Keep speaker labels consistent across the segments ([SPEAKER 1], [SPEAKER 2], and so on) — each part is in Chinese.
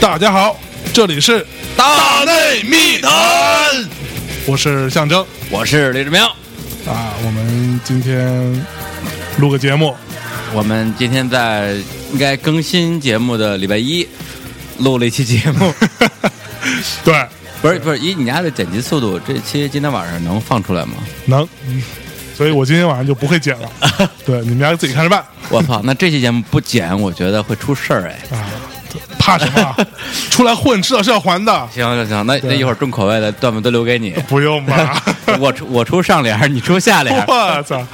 [SPEAKER 1] 大家好，这里是
[SPEAKER 2] 大内密谈，
[SPEAKER 1] 我是象征
[SPEAKER 2] 我是李志明。
[SPEAKER 1] 啊，我们今天录个节 目，
[SPEAKER 2] 我们今天在应该更新节目的礼拜一录了一期节目，
[SPEAKER 1] 对，
[SPEAKER 2] 不是不是，以你家的剪辑速度，这期今天晚上能放出 来吗？
[SPEAKER 1] 能，嗯所以我今天晚上就不会剪 了，对，你们家自己看着办
[SPEAKER 2] 我操，那这期节目不剪，我觉得会出事儿哎。
[SPEAKER 1] 啊，怕什 么啊？出来混，迟早是要还的，
[SPEAKER 2] 行行行，那那一会儿重口味的段子都留 给你，
[SPEAKER 1] 不用 吧？
[SPEAKER 2] 我出我出上联儿，你出 下联儿。
[SPEAKER 1] 我操，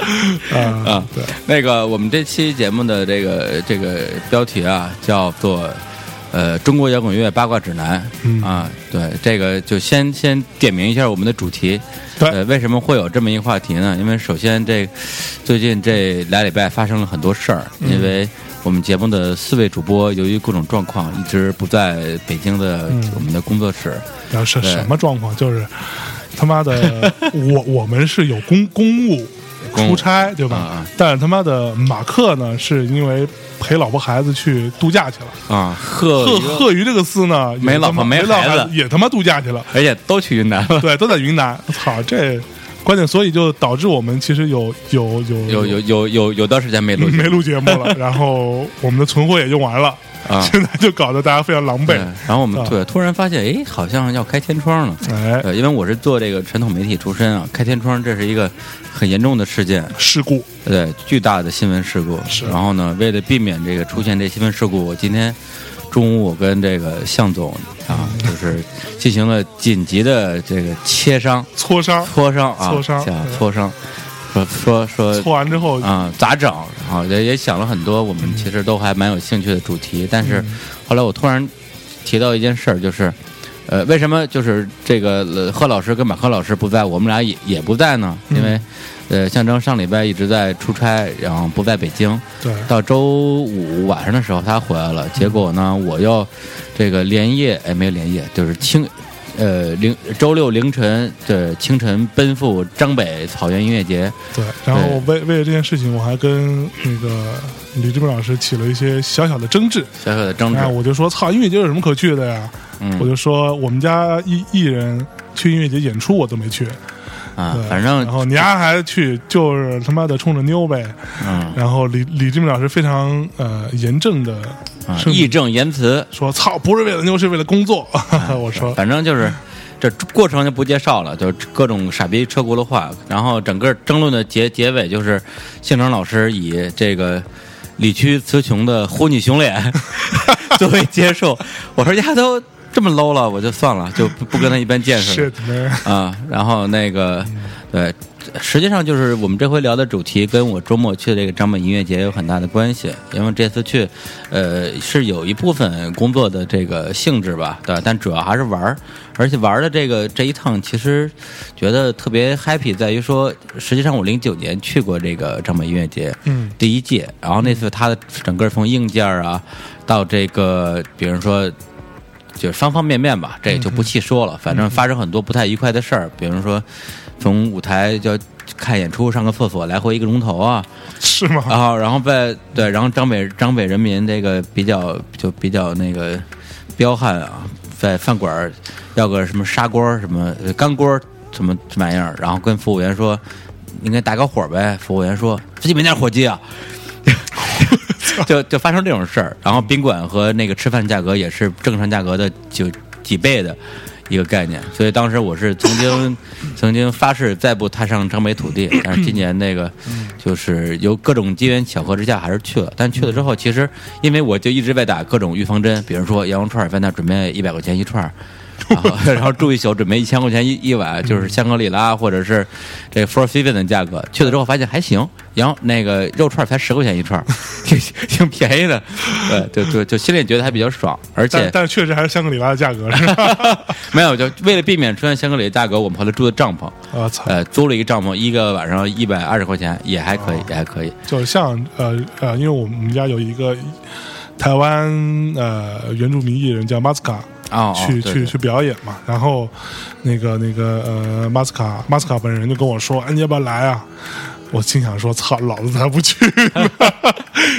[SPEAKER 1] 哎啊，
[SPEAKER 2] 啊，那个我们这期节目的这个这个标题啊，叫做呃《中国摇滚乐八卦指南》
[SPEAKER 1] 嗯
[SPEAKER 2] 啊，对，这个就先先点明一下我们的主题。
[SPEAKER 1] 对
[SPEAKER 2] 呃，为什么会有这么一个话题呢？因为首先这最近这俩礼拜发生了很多事儿，
[SPEAKER 1] 嗯
[SPEAKER 2] 因为。我们节目的四位主播由于各种状况，一直不在北京的
[SPEAKER 1] 嗯
[SPEAKER 2] 我们的工作室。
[SPEAKER 1] 然后是
[SPEAKER 2] 对
[SPEAKER 1] 什么状况？就是他妈 的，我我们是有公公务
[SPEAKER 2] 公务
[SPEAKER 1] 出差对吧？
[SPEAKER 2] 啊啊
[SPEAKER 1] 但是他妈的马克呢，是因为陪老婆孩子去度假去了。
[SPEAKER 2] 啊，贺
[SPEAKER 1] 贺
[SPEAKER 2] 一个
[SPEAKER 1] 贺鱼这个司呢，也
[SPEAKER 2] 没
[SPEAKER 1] 他妈
[SPEAKER 2] 老婆
[SPEAKER 1] 没
[SPEAKER 2] 没
[SPEAKER 1] 老
[SPEAKER 2] 孩子
[SPEAKER 1] 也他妈度假去了，
[SPEAKER 2] 而且都去云南了，
[SPEAKER 1] 对，都在云 南。操，这关键，所以就导致我们其实有有有
[SPEAKER 2] 有有有有有段时间没录
[SPEAKER 1] 没录节目 了，然后我们的存货也用完了，
[SPEAKER 2] 啊，
[SPEAKER 1] 现在就搞得大家非常狼狈
[SPEAKER 2] 对。，然后我们
[SPEAKER 1] 啊
[SPEAKER 2] 对突然发现，哎，好像要开天窗了。
[SPEAKER 1] 哎，
[SPEAKER 2] 对，因为我是做这个传统媒体出身啊，开天窗这是一个很严重的事件，
[SPEAKER 1] 事故
[SPEAKER 2] 对，巨大的新闻事故。
[SPEAKER 1] 是
[SPEAKER 2] 然后呢，为了避免这个出现这新闻事故，我今天中午我跟这个向总啊，
[SPEAKER 1] 嗯
[SPEAKER 2] 就是进行了紧急的这个切伤、
[SPEAKER 1] 挫伤，
[SPEAKER 2] 挫伤啊，
[SPEAKER 1] 挫伤
[SPEAKER 2] 叫
[SPEAKER 1] 啊对
[SPEAKER 2] 挫伤，说说说
[SPEAKER 1] 挫完之后
[SPEAKER 2] 啊、咋整？啊，也也想了很多，我们其实都还蛮有兴趣的主题。但是后来我突然提到一件事儿，就是，呃，为什么就是这个呃贺老师跟马克老师不在，我们俩也也不在呢？因为，呃，象征上礼拜一直在出差，然后不在北京。
[SPEAKER 1] 对，
[SPEAKER 2] 到周五晚上的时候他回来了，结果呢，我又这个连夜哎没有连夜，就是清。呃，凌周六凌晨的清晨奔赴张北草原音乐节，
[SPEAKER 1] 对，然后为为了这件事情，我还跟那个李志明老师起了一些小小的争执。
[SPEAKER 2] 小小的争执
[SPEAKER 1] 哎，，我就说，操，音乐节有什么可去的呀？
[SPEAKER 2] 嗯
[SPEAKER 1] 我就说，我们家艺艺人去音乐节演出我都没去，
[SPEAKER 2] 啊
[SPEAKER 1] 对，
[SPEAKER 2] 反正
[SPEAKER 1] 然后你丫还去，就是他妈的冲着妞呗。
[SPEAKER 2] 嗯
[SPEAKER 1] 然后李李志明老师非常呃严正的
[SPEAKER 2] 啊，
[SPEAKER 1] 是
[SPEAKER 2] 义正言辞，
[SPEAKER 1] 说，操，不是为了妞，是为了工作。 我说，
[SPEAKER 2] 反正就是这过程就不介绍了，就是各种傻逼车轱辘话。然后整个争论的结结尾就是，县长老师以这个理屈词穷的“呼你熊脸” 作为接受。我说丫都这么 low 了，我就算了，就不不跟他一般见识了。
[SPEAKER 1] shit man，
[SPEAKER 2] 啊，然后那个，对，实际上就是我们这回聊的主题跟我周末去的这个张北音乐节有很大的关系，因为这次去，呃，是有一部分工作的这个性质吧，对吧，但主要还是玩儿，而且玩儿的这个这一趟，其实觉得特别 happy，在于说，实际上我零九年去过这个张北音乐节，
[SPEAKER 1] 嗯，
[SPEAKER 2] 第一届，然后那次它的整个从硬件啊，到这个，比如说就是方方面面吧，这也就不细说了。反正发生很多不太愉快的事儿，比如说从舞台就要看演出上个厕所，来回一个钟头啊，
[SPEAKER 1] 是吗？
[SPEAKER 2] 然后然后在对，然后张北张北人民这个比较就比较那个彪悍啊，在饭馆儿要个什么砂锅儿什么呃干锅儿什么玩意儿，然后跟服务员说应该打个火呗，服务员说自己没点火机啊。 就就发生这种事儿，然后宾馆和那个吃饭价格也是正常价格的就几倍的一个概念，所以当时我是曾经曾经发誓再不踏上张北土地，但是今年那个就是由各种机缘巧合之下还是去了，但去了之后，其实因为我就一直在打各种预防针，比如说羊肉串儿在那准备一百块钱一串儿。然后啊 然后住一宿，准备一千块钱一一晚，就是香格里拉或者是这个 Four Seasons 的价格。去了之后发现还行，然后那个肉串儿才十块钱一串儿， 挺挺便宜的，对，就就就心里觉得还比较爽，而且
[SPEAKER 1] 但但确实还是香格里拉的价格是 吧？
[SPEAKER 2] 没有就为了避免出现香格里拉价格，我们后来住的帐篷，
[SPEAKER 1] 我操！
[SPEAKER 2] 呃，租了一个帐篷，一个晚上一
[SPEAKER 1] 哦
[SPEAKER 2] 百二十块钱，也还可以，也还可以。
[SPEAKER 1] 就像呃呃，因为我们家有一个台湾呃原住民艺人叫马斯卡，
[SPEAKER 2] 哦，哦
[SPEAKER 1] 去
[SPEAKER 2] 对
[SPEAKER 1] 去
[SPEAKER 2] 对
[SPEAKER 1] 去表演嘛。然后那个那个呃，马斯卡马斯卡本人就跟我说：“哎，你要不要来啊？”我心想说：“操，老子才不去 呢！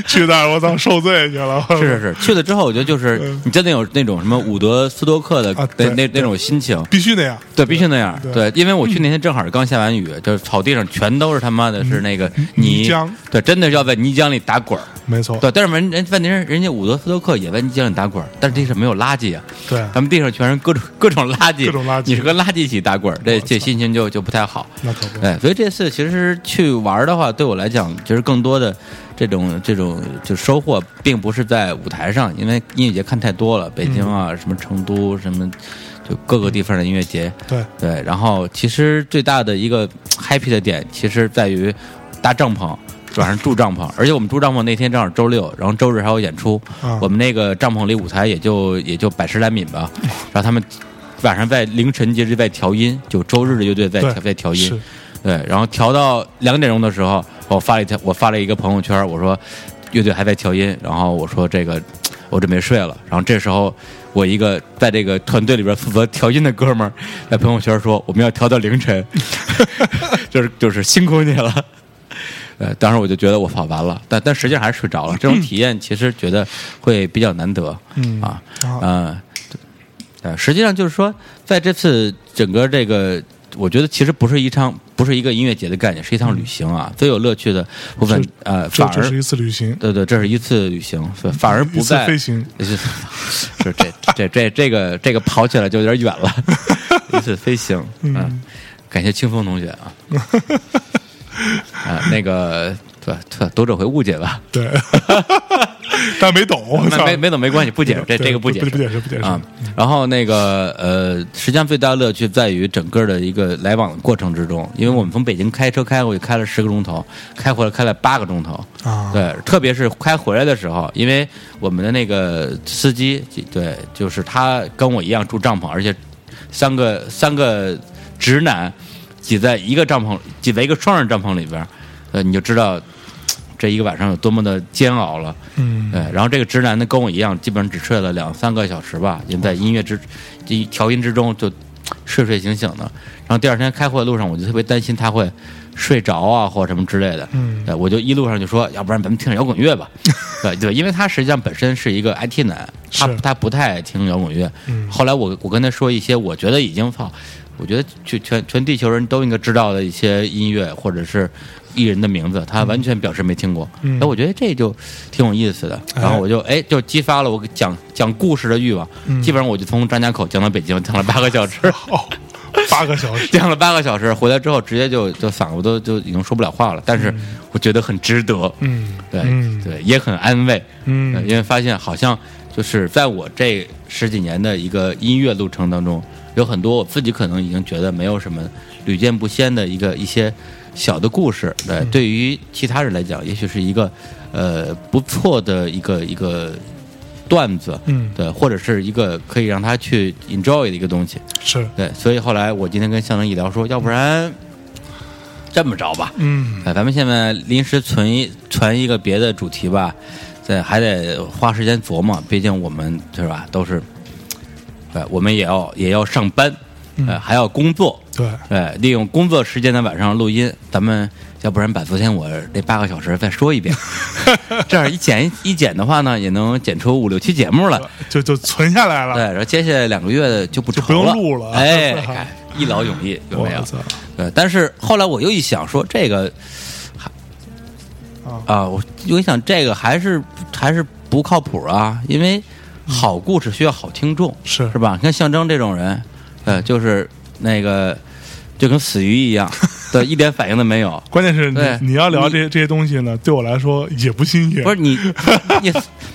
[SPEAKER 1] 去那儿我操受罪去了。”
[SPEAKER 2] 是是是，去了之后，我觉得就是你真的有那种什么伍德斯托克的
[SPEAKER 1] 嗯啊
[SPEAKER 2] 那
[SPEAKER 1] 对
[SPEAKER 2] 那那种心情，
[SPEAKER 1] 必须那样。
[SPEAKER 2] 对，必须那样。
[SPEAKER 1] 对嗯
[SPEAKER 2] 对，因为我去那天正好是刚下完雨，就是草地上全都是他妈的是那个泥
[SPEAKER 1] 嗯泥浆，哦
[SPEAKER 2] 对，真的是要在泥浆里打滚儿。
[SPEAKER 1] 没错，
[SPEAKER 2] 对，但是人人问题是，人家伍德斯托克也在泥浆里打滚儿，但是地上没有垃圾啊，
[SPEAKER 1] 对
[SPEAKER 2] 咱们地上全是各种各种垃圾，
[SPEAKER 1] 各种垃圾
[SPEAKER 2] 你是跟垃圾一起打滚儿，这这心情就就不太好。
[SPEAKER 1] 那可不。
[SPEAKER 2] 哎，所以这次其实去玩儿的话，对我来讲，其实更多的这种这种就收获，并不是在舞台上，因为音乐节看太多了，北京啊，
[SPEAKER 1] 嗯
[SPEAKER 2] 什么成都，什么就各个地方的音乐节。
[SPEAKER 1] 对，
[SPEAKER 2] 对，然后其实最大的一个 happy 的点，其实在于搭帐篷，晚上住帐篷，而且我们住帐篷那天正好周六，然后周日还有演出，
[SPEAKER 1] 啊
[SPEAKER 2] 我们那个帐篷离舞台也就也就百十来米吧，然后他们晚上在凌晨接着在调音，就周日的乐队在
[SPEAKER 1] 对
[SPEAKER 2] 调在调音
[SPEAKER 1] 是，
[SPEAKER 2] 对，然后调到两点钟的时候，我发了一条，我发了一个朋友圈，我说乐队还在调音，然后我说这个我准备睡了，然后这时候我一个在这个团队里边负责调音的哥们儿在朋友圈说我们要调到凌晨， 就是就是辛苦你了。呃，当时我就觉得我跑完了，但但实际上还是睡着了。这种体验其实觉得会比较难得，
[SPEAKER 1] 嗯
[SPEAKER 2] 啊，
[SPEAKER 1] 啊
[SPEAKER 2] 呃，呃，实际上就是说，在这次整个这个，我觉得其实不是一场，不是一个音乐节的概念，是一趟旅行啊。最有乐趣的部分
[SPEAKER 1] 嗯是，
[SPEAKER 2] 呃，
[SPEAKER 1] 这
[SPEAKER 2] 反
[SPEAKER 1] 这
[SPEAKER 2] 而
[SPEAKER 1] 是一次旅行，
[SPEAKER 2] 对对，这是一次旅行，反反而
[SPEAKER 1] 一
[SPEAKER 2] 不
[SPEAKER 1] 次
[SPEAKER 2] 在
[SPEAKER 1] 飞行。
[SPEAKER 2] 就是就是这这这这个这个跑起来就有点远 了，一次飞行，嗯，感谢清风同学 啊，啊、那个对对，读者会误解吧，
[SPEAKER 1] 对， 但没懂，我
[SPEAKER 2] 那
[SPEAKER 1] 操，
[SPEAKER 2] 没没懂没关系，不解释，这
[SPEAKER 1] 对
[SPEAKER 2] 这个不解
[SPEAKER 1] 不
[SPEAKER 2] 释，
[SPEAKER 1] 不解释，不解释
[SPEAKER 2] 啊。然后那个呃，实际上最大的乐趣在于整个的一个来往的过程之中，因为我们从北京开车开过去开了十个钟头，开回来开了八个钟头。
[SPEAKER 1] 啊！
[SPEAKER 2] 对，特别是开回来的时候，因为我们的那个司机，对，就是他跟我一样住帐篷，而且三个三个直男挤在一个帐篷，挤在一个双人帐篷里边儿，呃，你就知道这一个晚上有多么的煎熬了。
[SPEAKER 1] 嗯，
[SPEAKER 2] 对，然后这个直男呢跟我一样，基本上只睡了两三个小时吧，也在音乐之一调音之中就睡睡醒醒的。然后第二天开会的路上，我就特别担心他会睡着啊或者什么之类的。
[SPEAKER 1] 嗯
[SPEAKER 2] 对，我就一路上就说，要不然咱们听点摇滚乐 吧。对对，因为他实际上本身是一个 IT 男，他
[SPEAKER 1] 是
[SPEAKER 2] 他不太爱听摇滚乐。
[SPEAKER 1] 嗯
[SPEAKER 2] 后来我我跟他说一些我觉得已经放，我觉得全全全地球人都应该知道的一些音乐或者是艺人的名字，他完全表示没听过。
[SPEAKER 1] 嗯
[SPEAKER 2] 哎，我觉得这就挺有意思的。
[SPEAKER 1] 哎
[SPEAKER 2] 然后我就哎就激发了我讲讲故事的欲望，
[SPEAKER 1] 嗯
[SPEAKER 2] 基本上我就从张家口讲到北京，讲了八个小 时。
[SPEAKER 1] 哦，八个小时，
[SPEAKER 2] 讲了八个小时，回来之后直接就就嗓子都就已经说不了话了，但是我觉得很值得，
[SPEAKER 1] 嗯，
[SPEAKER 2] 对、
[SPEAKER 1] 嗯
[SPEAKER 2] 对，也很安慰，对
[SPEAKER 1] 嗯，
[SPEAKER 2] 呃因为发现好像就是在我这十几年的一个音乐路程当中，有很多我自己可能已经觉得没有什么屡见不鲜的一个一些小的故事，对，
[SPEAKER 1] 嗯
[SPEAKER 2] 对于其他人来讲，也许是一个呃不错的一个一个段子，
[SPEAKER 1] 嗯
[SPEAKER 2] 对，或者是一个可以让他去 enjoy 的一个东西，
[SPEAKER 1] 是，
[SPEAKER 2] 对，所以后来我今天跟向能一聊说，要不然这么着吧，
[SPEAKER 1] 嗯，
[SPEAKER 2] 哎，咱们现在临时存一存一个别的主题吧，这还得花时间琢磨，毕竟我们是吧都是，对，我们也要也要上班，
[SPEAKER 1] 嗯
[SPEAKER 2] 呃，还要工作，
[SPEAKER 1] 对，
[SPEAKER 2] 对，利用工作时间在晚上录音，咱们要不然把昨天我那八个小时再说 一遍，这样一剪一剪的话呢，也能剪出五六期 节目来。
[SPEAKER 1] 就就存下来
[SPEAKER 2] 对，
[SPEAKER 1] 了。
[SPEAKER 2] 然后接下来两个月就不愁
[SPEAKER 1] 就不用录了
[SPEAKER 2] 哎，
[SPEAKER 1] 是吧
[SPEAKER 2] 哎一劳永逸有没有
[SPEAKER 1] 我？操
[SPEAKER 2] 对，但是后来我又一想说这个，还
[SPEAKER 1] 啊
[SPEAKER 2] 啊，我又一想这个还是还是不靠谱啊，因为好故事需要好听众，
[SPEAKER 1] 嗯是
[SPEAKER 2] 是吧？你看象征这种人，呃，就是那个就跟死鱼一 样，对，一点反应都没有。
[SPEAKER 1] 关键是
[SPEAKER 2] 对
[SPEAKER 1] 你你要聊
[SPEAKER 2] 你
[SPEAKER 1] 这这些东西呢，对我来说也不新鲜。
[SPEAKER 2] 不是，你，你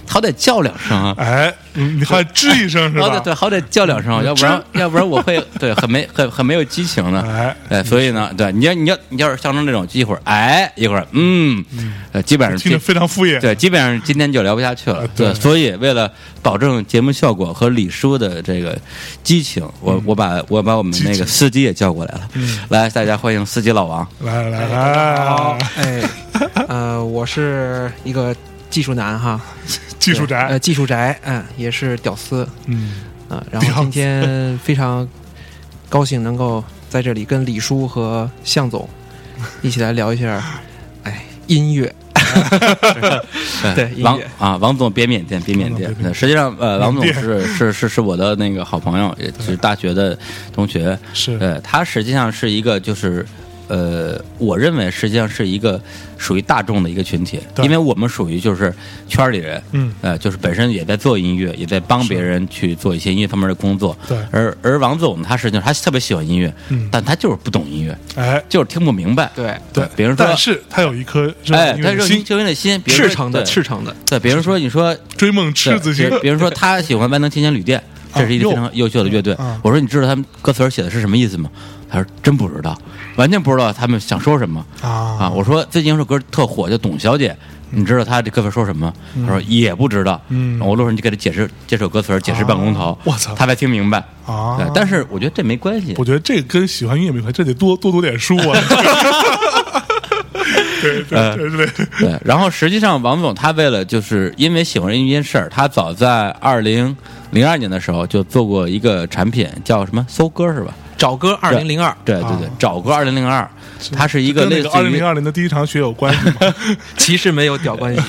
[SPEAKER 2] 好歹叫两声啊，
[SPEAKER 1] 哎，嗯你还吱一声是
[SPEAKER 2] 好
[SPEAKER 1] 吧
[SPEAKER 2] 哦
[SPEAKER 1] 嗯
[SPEAKER 2] 歹？对，好歹叫两声，要不然要不然我会对很没很很没有激情的。
[SPEAKER 1] 哎，
[SPEAKER 2] 对，所以呢，对你要你要你要是象征这种，一会儿哎，一会儿嗯，呃，基本上
[SPEAKER 1] 听着
[SPEAKER 2] 这
[SPEAKER 1] 非常敷衍。
[SPEAKER 2] 对，基本上今天就聊不下去了。
[SPEAKER 1] 对
[SPEAKER 2] 对，所以为了保证节目效果和李叔的这个激情，我我把我把我们
[SPEAKER 1] 嗯
[SPEAKER 2] 那
[SPEAKER 1] 激
[SPEAKER 2] 个
[SPEAKER 1] 情嗯
[SPEAKER 2] 司机也叫过来了，来，大家欢迎司机老王。
[SPEAKER 1] 来来
[SPEAKER 3] 大家好
[SPEAKER 1] 来，，
[SPEAKER 3] 哎，呃，我是一个技术男哈，
[SPEAKER 1] 技术宅
[SPEAKER 3] 呃，，技术宅，嗯，也是屌丝
[SPEAKER 1] 嗯，
[SPEAKER 3] 啊、然后今天非常高兴能够在这里跟李叔和向总 一起来聊一下，哎，音乐，对音
[SPEAKER 2] 王
[SPEAKER 3] 乐
[SPEAKER 2] 啊，王总别腼腆，别腼
[SPEAKER 1] 别
[SPEAKER 2] 腆
[SPEAKER 1] 腆。
[SPEAKER 2] 对实际上，呃，王总
[SPEAKER 1] 腆
[SPEAKER 2] 是是是是我的那个好朋友，也是大学的同学。
[SPEAKER 1] 是
[SPEAKER 2] 呃，他实际上是一个就是。呃，我认为实际上是一个属于大众的一个群体，
[SPEAKER 1] 对
[SPEAKER 2] 因为我们属于就是圈儿里人，
[SPEAKER 1] 嗯，
[SPEAKER 2] 呃，就是本身也在做音乐，也在帮别人去做一些音乐方面的工作，
[SPEAKER 1] 对
[SPEAKER 2] 而而王总他实际上他特别喜欢音乐，
[SPEAKER 1] 嗯
[SPEAKER 2] 但他就是不懂音乐，
[SPEAKER 1] 哎，
[SPEAKER 2] 就是听不明白，
[SPEAKER 3] 对，
[SPEAKER 1] 对，
[SPEAKER 2] 比如说
[SPEAKER 1] 但是他有一颗热
[SPEAKER 2] 哎，
[SPEAKER 1] 爱音乐
[SPEAKER 2] 他
[SPEAKER 1] 的
[SPEAKER 2] 热
[SPEAKER 1] 心
[SPEAKER 2] 心，就有点心，比如说
[SPEAKER 3] 赤诚的，
[SPEAKER 2] 对
[SPEAKER 3] 赤诚的，
[SPEAKER 2] 对，比如说你说
[SPEAKER 1] 追梦赤子心
[SPEAKER 2] 对，比比如说他喜欢万能青年旅店，这是一个非常优秀的乐队
[SPEAKER 1] 啊哟啊。
[SPEAKER 2] 我说你知道他们歌词儿写的是什么意思吗？他说真不知道，完全不知道他们想说什么啊。
[SPEAKER 1] 啊，
[SPEAKER 2] 我说最近有首歌特火，叫《董小姐》。你知道他这歌词儿说什么吗？他说也不知道。
[SPEAKER 1] 嗯
[SPEAKER 2] 然后我路上就给他解释这首歌词儿，解释半公头
[SPEAKER 1] 啊，我操
[SPEAKER 2] 他才听明白
[SPEAKER 1] 啊
[SPEAKER 2] 对但是我觉得这没关系
[SPEAKER 1] 我，觉得这跟喜欢音乐没关系，这得多多读点 书啊。对
[SPEAKER 2] 呃
[SPEAKER 1] 对对对，
[SPEAKER 2] 对，然后实际上王总他为了就是因为喜欢一件事儿，他早在二零零二年的时候就做过一个产品，叫什么搜歌是吧？
[SPEAKER 3] 找歌二零零二，
[SPEAKER 2] 对对对
[SPEAKER 1] 啊，
[SPEAKER 2] 找歌二零零二，它是一个类
[SPEAKER 1] 跟那
[SPEAKER 2] 似
[SPEAKER 1] 个二零
[SPEAKER 2] 于
[SPEAKER 1] 零二年的第一场雪有关 系吗？
[SPEAKER 3] 其实没有屌关 系，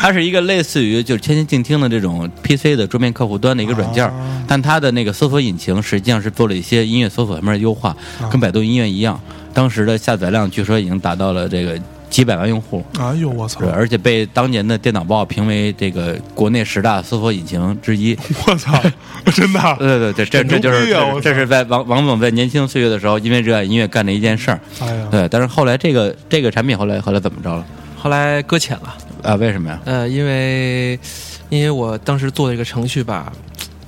[SPEAKER 2] 它是一个类似于就是天天静听的这种 PC 的桌面客户端的一个软件儿
[SPEAKER 1] 啊，
[SPEAKER 2] 但它的那个搜索引擎实际上是做了一些音乐搜索方面的优化，
[SPEAKER 1] 啊
[SPEAKER 2] 跟百度音乐一样，当时的下载量据说已经达到了这
[SPEAKER 1] 啊
[SPEAKER 2] 个几百万用户。
[SPEAKER 1] 哎呦我操
[SPEAKER 2] 对，！而且被当年的电脑报评为这个国内十大搜索引擎之一。
[SPEAKER 1] 我操！真的啊
[SPEAKER 2] 对对对，这这这就
[SPEAKER 1] 牛
[SPEAKER 2] 是
[SPEAKER 1] 逼啊我操
[SPEAKER 2] 这是在王王总在年轻岁月的时候，因为热爱音乐干的一件事儿。
[SPEAKER 1] 哎呀
[SPEAKER 2] 对，但是后来这个这个产品后来后来怎么着了？
[SPEAKER 3] 后来搁浅了。
[SPEAKER 2] 啊，为什么呀？
[SPEAKER 3] 呃，因为因为我当时做这个程序吧，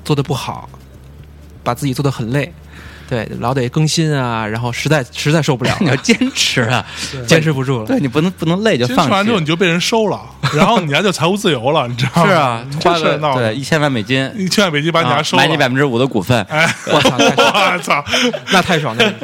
[SPEAKER 3] 做的不好，把自己做的很累，对，老得更新啊，然后实在实在受不了
[SPEAKER 2] 你要
[SPEAKER 3] 了，
[SPEAKER 2] 坚持啊！
[SPEAKER 3] 坚持不住了。
[SPEAKER 2] 对你不能不能累就
[SPEAKER 1] 其实
[SPEAKER 2] 放
[SPEAKER 1] 吃完
[SPEAKER 2] 弃
[SPEAKER 1] 之后。你就被人收了， 然后你还就财务自由了，你知道吗？
[SPEAKER 2] 是啊，
[SPEAKER 1] 这
[SPEAKER 2] 花
[SPEAKER 1] 事儿
[SPEAKER 2] 个
[SPEAKER 1] 闹的
[SPEAKER 2] 对，一千万美金，
[SPEAKER 1] 你去往北京把你
[SPEAKER 2] 啊
[SPEAKER 1] 家收了，
[SPEAKER 2] 买你百分之五的股份，
[SPEAKER 1] 哎，
[SPEAKER 3] 我操，太 爽
[SPEAKER 1] 我操！
[SPEAKER 3] 那太爽了！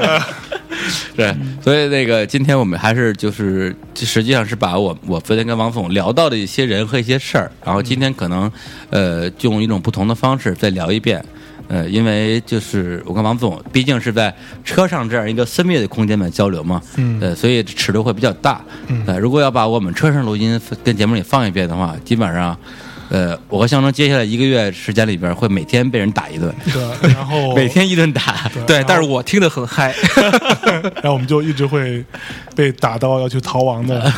[SPEAKER 2] 对，所以那个今天我们还是就是，就实际上是把我我昨天跟王总聊到的一些人和一些事儿，然后今天可能呃用一种不同的方式再聊一遍。呃，因为就是我跟王总毕竟是在车上这样一个私密的空间来交流嘛，
[SPEAKER 1] 嗯
[SPEAKER 2] 呃，所以尺度会比较大。嗯，呃，如果要把我们车上录音跟节目里放一遍的话，基本上，呃，我和向征接下来一个月时间里边会每天被人打一顿，
[SPEAKER 1] 对，然后
[SPEAKER 2] 每天一顿打。
[SPEAKER 3] 对，但是我听得很嗨，
[SPEAKER 1] 然后我们就一直会被打到要去逃亡
[SPEAKER 2] 呃
[SPEAKER 1] 的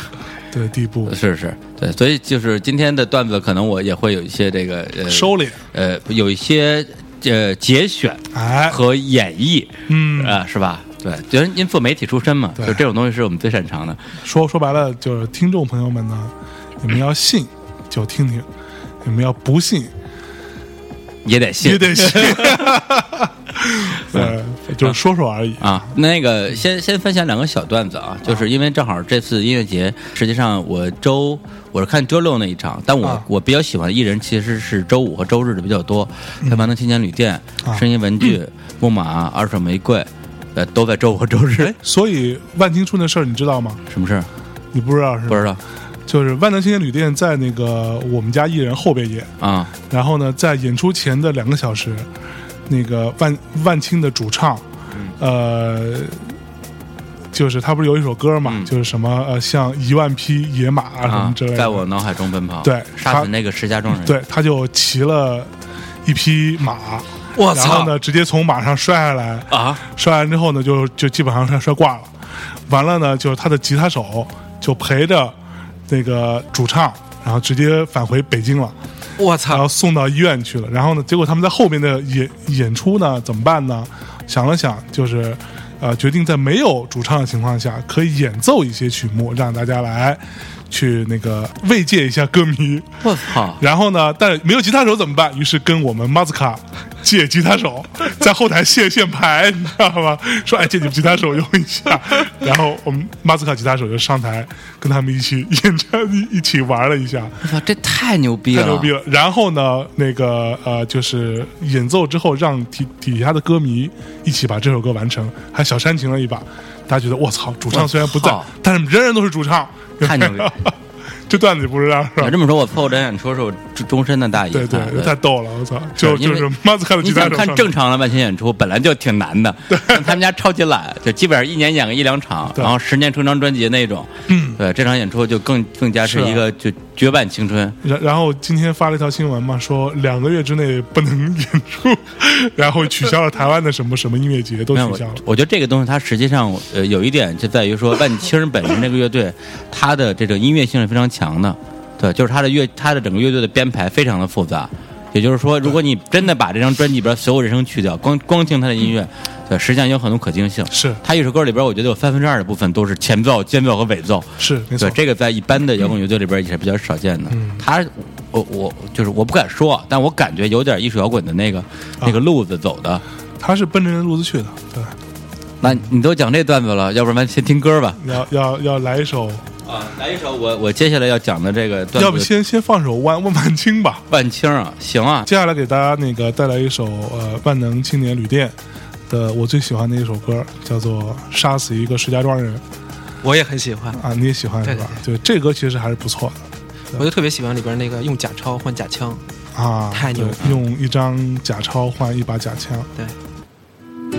[SPEAKER 1] 对地步，
[SPEAKER 2] 是是，对，所以就是今天的段子，可能我也会有一些这个呃
[SPEAKER 1] 收敛，
[SPEAKER 2] 呃有一些呃节选
[SPEAKER 1] 哎，
[SPEAKER 2] 和演绎，
[SPEAKER 1] 嗯
[SPEAKER 2] 啊、是吧？对，就是因为做媒体出身嘛，就
[SPEAKER 1] 对
[SPEAKER 2] 这种东西是我们最擅长的。
[SPEAKER 1] 说说白了就是听众朋友们呢，你们要信就听听，你们要不信
[SPEAKER 2] 也得信，
[SPEAKER 1] 也得 信，呃，就是说说而已，
[SPEAKER 2] 啊，那个先先分享两个小段子啊，就是因为正好这次音乐节，实际上我周我是看周六那一场，但我、
[SPEAKER 1] 啊
[SPEAKER 2] 我比较喜欢的艺人其实是周五和周日的比较多，像万能青年旅店、
[SPEAKER 1] 嗯啊
[SPEAKER 2] 声音文具、木马、二手玫瑰，呃，都在周五和周日。
[SPEAKER 1] 所以万青春的事儿你知道吗？
[SPEAKER 2] 什么事儿？
[SPEAKER 1] 你不知道是
[SPEAKER 2] 不
[SPEAKER 1] 吧？
[SPEAKER 2] 知道
[SPEAKER 1] 就是万能青年旅店在那个我们家艺人后边演，
[SPEAKER 2] 啊
[SPEAKER 1] 然后呢，在演出前的两个小时，那个万万青的主唱，
[SPEAKER 2] 嗯
[SPEAKER 1] 呃，就是他不是有一首歌嘛，
[SPEAKER 2] 嗯
[SPEAKER 1] 就是什么呃，像一万匹野马啊什么
[SPEAKER 2] 啊
[SPEAKER 1] 之类，的，
[SPEAKER 2] 在我脑海中奔跑，
[SPEAKER 1] 对
[SPEAKER 2] 杀
[SPEAKER 1] 他
[SPEAKER 2] 死那个石家庄人，
[SPEAKER 1] 对，他就骑了一匹马，
[SPEAKER 2] 哦
[SPEAKER 3] 我
[SPEAKER 1] 然后
[SPEAKER 3] 操！
[SPEAKER 1] 呢，直接从马上摔下来，
[SPEAKER 3] 哦
[SPEAKER 2] 啊，
[SPEAKER 1] 摔完之后呢，就就基本上是摔挂了。完了呢，就是他的吉他手就陪着那个主唱，然后直接返回北京了。
[SPEAKER 3] 我
[SPEAKER 1] 然后
[SPEAKER 3] 操！
[SPEAKER 1] 送到医院去了。然后呢，结果他们在后面的演演出呢，怎么办呢？想了想，就是呃，决定在没有主唱的情况下，可以演奏一些曲目，让大家来去那个慰藉一下歌迷。
[SPEAKER 2] 我操！
[SPEAKER 1] 然后呢，但是没有吉他手怎么办？于是跟我们 m a z k a 借吉他 手，在后台卸线牌，你知道吗？说哎，借你们吉他手用一下。 然后我们 m a z k a 吉他手就上台跟他们一起演唱，一一起玩了一下。
[SPEAKER 2] 我操，这太牛逼了！
[SPEAKER 1] 太牛逼了。然后呢，那个呃，就是演奏之后，让底底下的歌迷一起把这首歌完成，还小煽情了一把。大家觉得我操，主唱虽然不在
[SPEAKER 2] 我操，
[SPEAKER 1] 但是仍然都是主唱，
[SPEAKER 2] 哦太牛逼了！
[SPEAKER 1] 这段子不是这样是
[SPEAKER 2] 要
[SPEAKER 1] 吧？
[SPEAKER 2] 这么说，我凑合着想说说终终身的大爷。
[SPEAKER 1] 对
[SPEAKER 2] 啊
[SPEAKER 1] 对，太逗了，我操！就
[SPEAKER 2] 因
[SPEAKER 1] 就
[SPEAKER 2] 为
[SPEAKER 1] 是马斯卡 的
[SPEAKER 2] 你
[SPEAKER 1] 吉他
[SPEAKER 2] 想
[SPEAKER 1] 手
[SPEAKER 2] 看
[SPEAKER 1] 上
[SPEAKER 2] 正常的万千演出，本来就挺难 的，但他们家超级懒，就基本上一年演个一两场，
[SPEAKER 1] 对
[SPEAKER 2] 然后十年成张专辑那种。
[SPEAKER 1] 嗯，
[SPEAKER 2] 对，这场演出就更更加是
[SPEAKER 1] 是啊
[SPEAKER 2] 一个就绝版青春。
[SPEAKER 1] 然然后今天发了一条新闻嘛，说两个月之内不能演出，然后取消了台湾的什么什么音乐节都
[SPEAKER 2] 没有，
[SPEAKER 1] 取
[SPEAKER 2] 我
[SPEAKER 1] 消了。
[SPEAKER 2] 我觉得这个东西它实际上呃有一点就在于说万青儿本身这个乐队，它的这种音乐性是非常强的，对，就是它的乐它的整个乐队的编排非常的复杂。也就是说，如果你真的把这张专辑里边所有人声去掉，光光听它的音乐，对，实际上有很多可听性。
[SPEAKER 1] 是
[SPEAKER 2] 它一首歌里边，我觉得有三分之二的部分都是前奏、间奏和尾奏。
[SPEAKER 1] 是没错嗯
[SPEAKER 2] 对，，这个在一般的摇滚乐队里边也是比较少见的。他，我我就是我不敢说，但我感觉有点艺术摇滚的那个
[SPEAKER 1] 啊
[SPEAKER 2] 那个路子走的。
[SPEAKER 1] 他是奔着人路子去的。对，
[SPEAKER 2] 那你都讲这段子了，要不然先听歌吧。
[SPEAKER 1] 要要要来一首，
[SPEAKER 2] 啊，来一首我我接下来要讲的这个段子，
[SPEAKER 1] 要不先先放首万万万青吧。
[SPEAKER 2] 万青啊，行啊，
[SPEAKER 1] 接下来给大家那个带来一首呃万能青年旅店的我最喜欢的一首歌，叫做《杀死一个石家庄人》
[SPEAKER 3] 我也很喜欢，
[SPEAKER 1] 啊，你也喜欢是吧？对，这歌其实还是不错的
[SPEAKER 3] 我就特别喜欢里边那个用假钞换假枪，
[SPEAKER 1] 啊，
[SPEAKER 3] 太牛
[SPEAKER 1] 对
[SPEAKER 3] 了
[SPEAKER 1] 用一张假钞换一把假枪，
[SPEAKER 3] 对，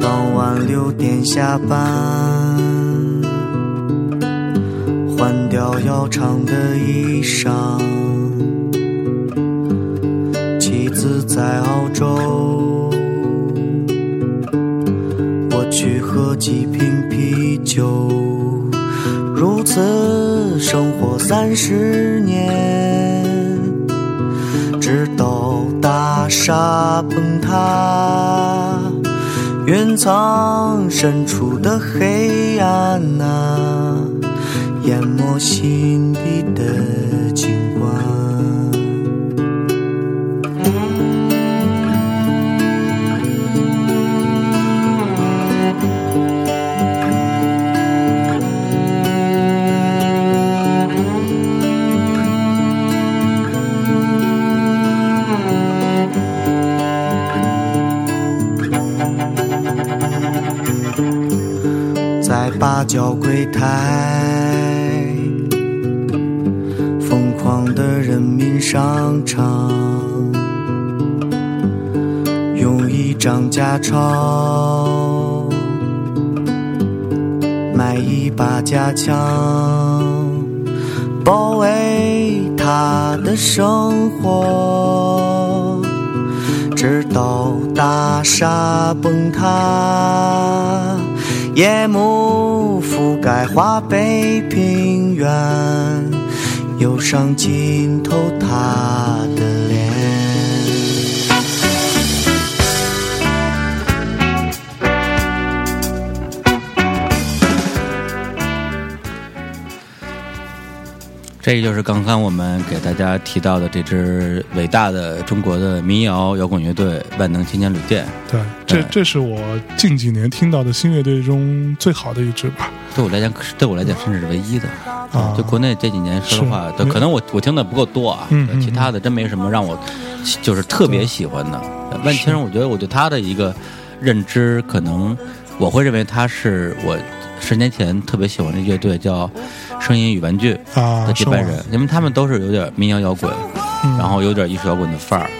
[SPEAKER 4] 傍晚六点下班，换掉要长的衣裳。妻子在澳洲，我去喝几瓶啤酒。如此生活三十年。直到大厦崩塌，蕴藏深处的黑暗啊，淹没心底的景观。在八角柜台，疯狂的人民商场，用一张假钞买一把假枪，包围他的生活。直到大厦崩塌，夜幕覆盖华北平原，忧伤浸透他的脸。
[SPEAKER 2] 这就是刚刚我们给大家提到的这支伟大的中国的民谣摇滚乐队万能青年旅店。
[SPEAKER 1] 对，这
[SPEAKER 2] 对
[SPEAKER 1] 这是我近几年听到的新乐队中最好的一支吧。
[SPEAKER 2] 对我来讲，对我来讲甚至是唯一的。
[SPEAKER 1] 啊
[SPEAKER 2] 就国内这几年，说实话，
[SPEAKER 1] 是
[SPEAKER 2] 对
[SPEAKER 1] 没
[SPEAKER 2] 可能我我听的不够多啊，
[SPEAKER 1] 嗯
[SPEAKER 2] 对
[SPEAKER 1] 嗯
[SPEAKER 2] 其他的真没什么让我就是特别喜欢的。对万青，我觉得我对他的一个认知，可能我会认为他是我十年前特别喜欢的乐队叫声音与玩具
[SPEAKER 1] 啊
[SPEAKER 2] 的接班人，因为他们都是有点民谣摇滚，
[SPEAKER 1] 嗯
[SPEAKER 2] 然后有点艺术摇滚的范儿。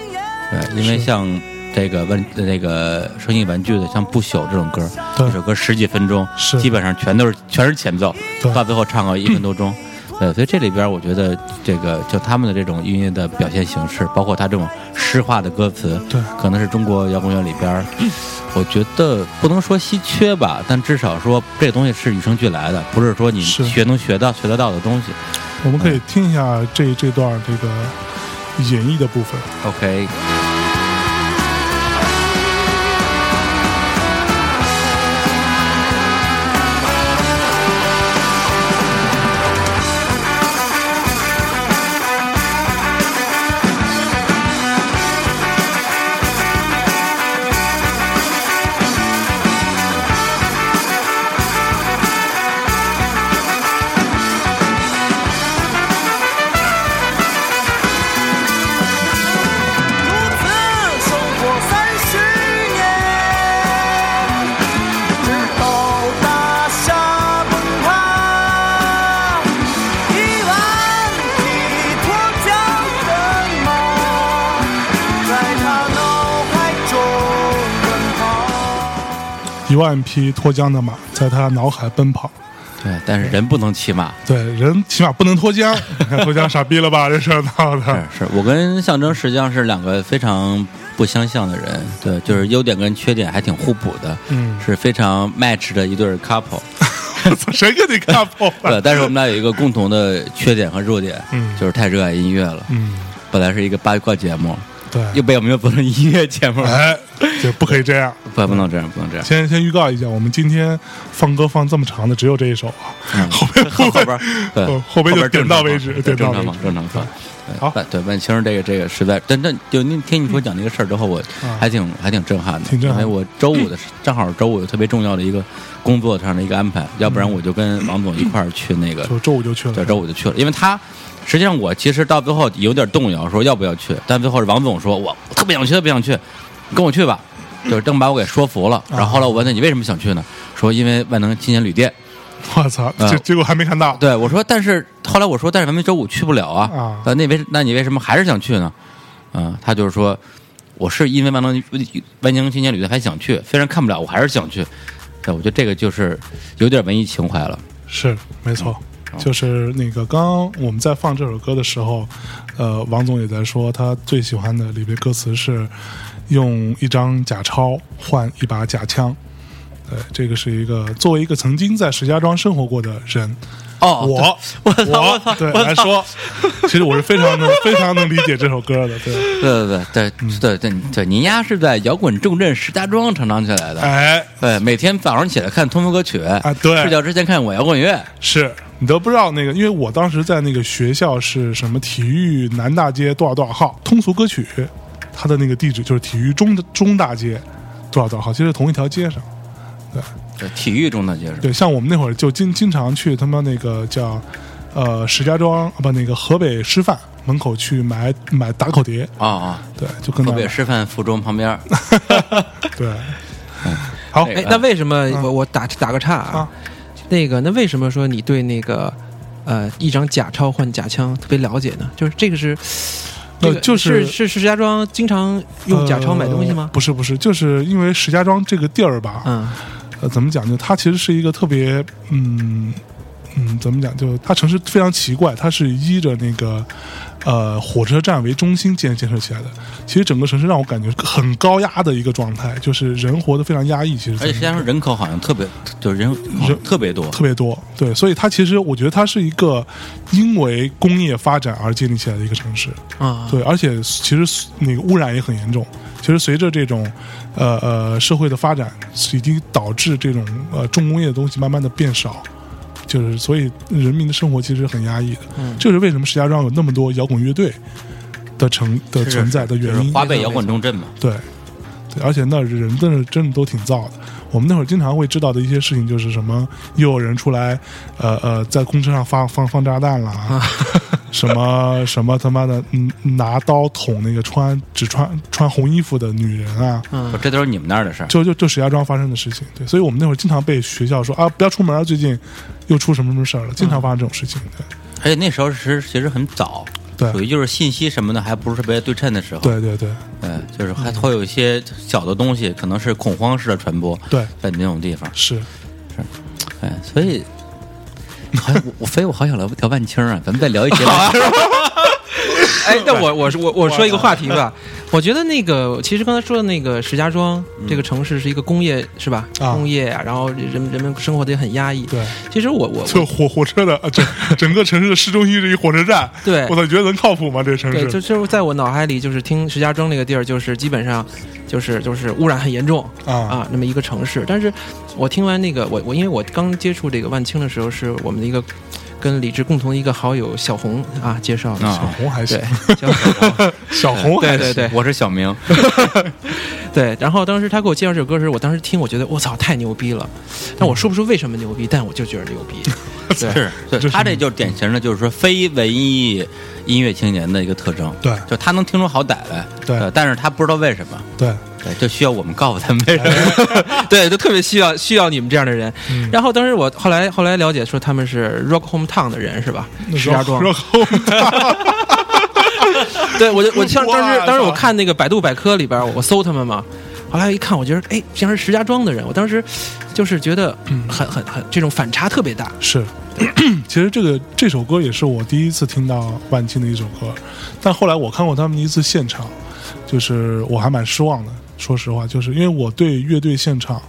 [SPEAKER 2] 对，因为像这个万那个声音玩具的，像不朽这种歌，
[SPEAKER 1] 对
[SPEAKER 2] 一首歌十几分钟，
[SPEAKER 1] 是
[SPEAKER 2] 基本上全都是全是前奏，
[SPEAKER 1] 对嗯
[SPEAKER 2] 到最后唱个一分多钟。对，所以这里边我觉得这个就他们的这种音乐的表现形式，包括他这种诗化的歌词，
[SPEAKER 1] 对
[SPEAKER 2] 可能是中国摇滚乐里边，我觉得不能说稀缺吧，但至少说这个东西是与生俱来的，不是说你
[SPEAKER 1] 是
[SPEAKER 2] 学能学到学得到的东西。
[SPEAKER 1] 我们可以听一下这这段这个演绎的部分。
[SPEAKER 2] OK，
[SPEAKER 5] 独自生活三十年，直到大厦崩塌，一万匹脱缰的马在他脑海中奔跑。
[SPEAKER 1] 一万匹脱缰的马在他脑海奔跑，
[SPEAKER 2] 对，但是人不能骑马。
[SPEAKER 1] 对，人起码不能脱缰， 脱缰傻逼了吧？这事儿闹 的。
[SPEAKER 2] 是是，我跟象征实际上是两个非常不相像的人，对，就是优点跟缺点还挺互补的，
[SPEAKER 1] 嗯
[SPEAKER 2] 是非常 match 的一对 儿 couple，
[SPEAKER 1] 谁跟你看破
[SPEAKER 2] 对，
[SPEAKER 1] 了？
[SPEAKER 2] 但是我们俩有一个共同的缺点和弱点，
[SPEAKER 1] 嗯
[SPEAKER 2] 就是太热爱音乐了。
[SPEAKER 1] 嗯，
[SPEAKER 2] 本来是一个八卦节目，
[SPEAKER 1] 对，
[SPEAKER 2] 又被我们又做成音乐节目了，
[SPEAKER 1] 哎，这不可以这样。
[SPEAKER 2] 不，不能这样，不能这样。
[SPEAKER 1] 先先预告一下，我们今天放歌放这么长的只有这一首啊，
[SPEAKER 2] 嗯
[SPEAKER 1] 后边不
[SPEAKER 2] 后
[SPEAKER 1] 会
[SPEAKER 2] 边儿对
[SPEAKER 1] 后后边就
[SPEAKER 2] 边儿正
[SPEAKER 1] 点到
[SPEAKER 2] 常
[SPEAKER 1] 为
[SPEAKER 2] 放
[SPEAKER 1] 止点
[SPEAKER 2] 对
[SPEAKER 1] 到
[SPEAKER 2] 正常
[SPEAKER 1] 为
[SPEAKER 2] 放，正常放。对
[SPEAKER 1] 好
[SPEAKER 2] 但对，万青儿这个这个实在，但但就那听你说讲这个事儿之后，我
[SPEAKER 1] 啊
[SPEAKER 2] 还挺还挺震撼的，
[SPEAKER 1] 挺震撼
[SPEAKER 2] 因为我周 五的时正好周五有特别重要的一个工作上的一个安排，要不然我就跟王总一块儿去那个
[SPEAKER 1] 就嗯周五就去了。
[SPEAKER 2] 对，周五就去了，因为他实际上我其实到最后有点动摇，说要不要去，但最后是王总说我我特别想去，特别想去，跟我去吧，就是正把我给说服
[SPEAKER 1] 啊
[SPEAKER 2] 了。然后后来我问他你为什么想去呢？说因为万能青年旅店。
[SPEAKER 1] 我操，
[SPEAKER 2] 呃
[SPEAKER 1] 结结果还没看到。
[SPEAKER 2] 对我说，但是后来我说，但是咱们周五去不了啊
[SPEAKER 1] 啊。
[SPEAKER 2] 呃那为那你为什么还是想去呢？嗯、他就是说，我是因为万能万宁青年旅店还想去，虽然看不了，我还是想去。对，我觉得这个就是有点文艺情怀了。
[SPEAKER 1] 是没错，
[SPEAKER 2] 嗯
[SPEAKER 1] 就是那个刚刚我们在放这首歌的时候，呃，王总也在说他最喜欢的里边歌词是用一张假钞换一把假枪。对，这个是一个作为一个曾经在石家庄生活过的人，
[SPEAKER 2] 哦，对
[SPEAKER 1] 我我对来说，其实我是非常能非常能理解这首歌的。对，
[SPEAKER 2] 对对对对对对对，您丫是在摇滚重镇石家庄成长起来的。
[SPEAKER 1] 哎，
[SPEAKER 2] 对，每天早上起来看通俗歌曲啊
[SPEAKER 1] 对
[SPEAKER 2] 睡觉之前看我摇滚乐。
[SPEAKER 1] 是你都不知道那个，因为我当时在那个学校是什么体育南大街多少多少号通俗歌曲，它的那个地址就是体育中中大街多少多少号，其实同一条街上。
[SPEAKER 2] 对，体育中的就是
[SPEAKER 1] 对，像我们那会儿就经经常去他妈那个叫呃石家庄啊不那个河北师范门口去买买打口碟，
[SPEAKER 2] 啊啊，
[SPEAKER 1] 对，就跟
[SPEAKER 2] 河
[SPEAKER 1] 那
[SPEAKER 2] 北师范附中旁边儿。
[SPEAKER 1] 对。好，
[SPEAKER 2] 哎
[SPEAKER 3] 哎，那为什么我我打打个岔
[SPEAKER 1] 啊
[SPEAKER 3] 啊？那个，那为什么说你对那个呃一张假钞换假枪特别了解呢？就是这个是，这
[SPEAKER 1] 呃
[SPEAKER 3] 个
[SPEAKER 1] 就是
[SPEAKER 3] 是石家庄经常用假钞买东西
[SPEAKER 1] 呃
[SPEAKER 3] 吗？
[SPEAKER 1] 不是不是，就是因为石家庄这个地儿吧，
[SPEAKER 3] 嗯，
[SPEAKER 1] 呃，怎么讲？就它其实是一个特别，嗯嗯，怎么讲？就它城市非常奇怪，它是依着那个呃火车站为中心建建设起来的。其实整个城市让我感觉很高压的一个状态，就是人活得非常压抑。其实在
[SPEAKER 2] 而且石家庄人口好像特别，就是人好像特别多。
[SPEAKER 1] 特别多，对，所以它其实我觉得它是一个因为工业发展而建立起来的一个城市。
[SPEAKER 3] 啊，
[SPEAKER 1] 对，而且其实那个污染也很严重。其实随着这种，呃呃社会的发展，已经导致这种呃重工业的东西慢慢的变少，就是所以人民的生活其实很压抑的。
[SPEAKER 3] 嗯
[SPEAKER 1] 这是为什么石家庄有那么多摇滚乐队的成的存在的
[SPEAKER 2] 就
[SPEAKER 1] 原
[SPEAKER 2] 是
[SPEAKER 1] 因。
[SPEAKER 2] 华北摇滚重镇嘛，
[SPEAKER 1] 对，对，而且那人真的真的都挺燥的。我们那会儿经常会知道的一些事情，就是什么又有人出来，呃呃，在公车上发放放炸弹了啊，什么什么他妈的，嗯，拿刀捅那个穿只穿穿红衣服的女人啊，
[SPEAKER 3] 嗯
[SPEAKER 2] 说这都是你们那儿的事儿。
[SPEAKER 1] 就就就石家庄发生的事情。对，所以我们那会儿经常被学校说啊，不要出门啊，最近又出什么什么事儿了，经常发生这种事情。
[SPEAKER 2] 而且那时候其实其实很早，
[SPEAKER 1] 对
[SPEAKER 2] 属于就是信息什么的还不是特别对称的时候。
[SPEAKER 1] 对对对
[SPEAKER 2] 对，就是还会有一些小的东西，可能是恐慌式的传播，
[SPEAKER 1] 对对，
[SPEAKER 2] 在你那种地方。
[SPEAKER 1] 是
[SPEAKER 2] 哎，所以， 好像我，我所以我好想聊聊万青儿啊，咱们再聊一节。好啊，
[SPEAKER 3] 哎，那我我我我说一个话题 吧，
[SPEAKER 1] 嗯
[SPEAKER 3] 我觉得那个其实刚才说的那个石家庄这个城市是一个工业是吧？
[SPEAKER 1] 啊
[SPEAKER 3] 工业啊，然后人人们生活的也很压抑。
[SPEAKER 1] 对，
[SPEAKER 3] 其实我我
[SPEAKER 1] 就火火车的啊，整整个城市的市中心是一火车站，
[SPEAKER 3] 对
[SPEAKER 1] 我操，觉得能靠谱吗？这城
[SPEAKER 3] 对，就
[SPEAKER 1] 市
[SPEAKER 3] 就是在我脑海里，就是听石家庄那个地儿，就是基本上就是就是污染很严重
[SPEAKER 1] 啊
[SPEAKER 3] 啊，那么一个城市。但是我听完那个，我我因为我刚接触这个万青的时候，是我们的一个跟李志共同一个好友小红啊介绍的。
[SPEAKER 1] 小
[SPEAKER 2] 啊，
[SPEAKER 1] 红还行
[SPEAKER 3] 对，，小红
[SPEAKER 1] 小红还
[SPEAKER 3] 对
[SPEAKER 1] 行
[SPEAKER 3] 对对
[SPEAKER 2] 我是小明，
[SPEAKER 3] 对，然后当时他给我介绍这首歌的时候，我当时听，我觉得我操太牛逼了，但我说不出为什么牛逼，但我就觉得牛逼。对，
[SPEAKER 2] 是，对他这就是典型的，就是说非文艺音乐青年的一个特征。
[SPEAKER 1] 对
[SPEAKER 2] 就他能听出好歹来，
[SPEAKER 1] 对
[SPEAKER 2] 呃但是他不知道为什么，
[SPEAKER 1] 对
[SPEAKER 2] 对，就需要我们告诉他们为
[SPEAKER 1] 哎
[SPEAKER 2] 什么。
[SPEAKER 3] 对，就特别需要需要你们这样的人。
[SPEAKER 1] 嗯
[SPEAKER 3] 然后当时我后来后来了解说他们是 Rock Home Town 的人是吧？
[SPEAKER 1] 那
[SPEAKER 3] 石家庄
[SPEAKER 1] 然。后
[SPEAKER 3] 对，我就我像当时
[SPEAKER 1] 哇
[SPEAKER 3] 当时我
[SPEAKER 1] 操
[SPEAKER 3] 看那个百度百科里边，我搜他们嘛，后来一看，我觉得哎，竟然是石家庄的人，我当时就是觉得很很很这种反差特别大。
[SPEAKER 1] 是，其实这个这首歌也是我第一次听到万青的一首歌，但后来我看过他们的一次现场，就是我还蛮失望的。说实话，就是因为我对乐队现场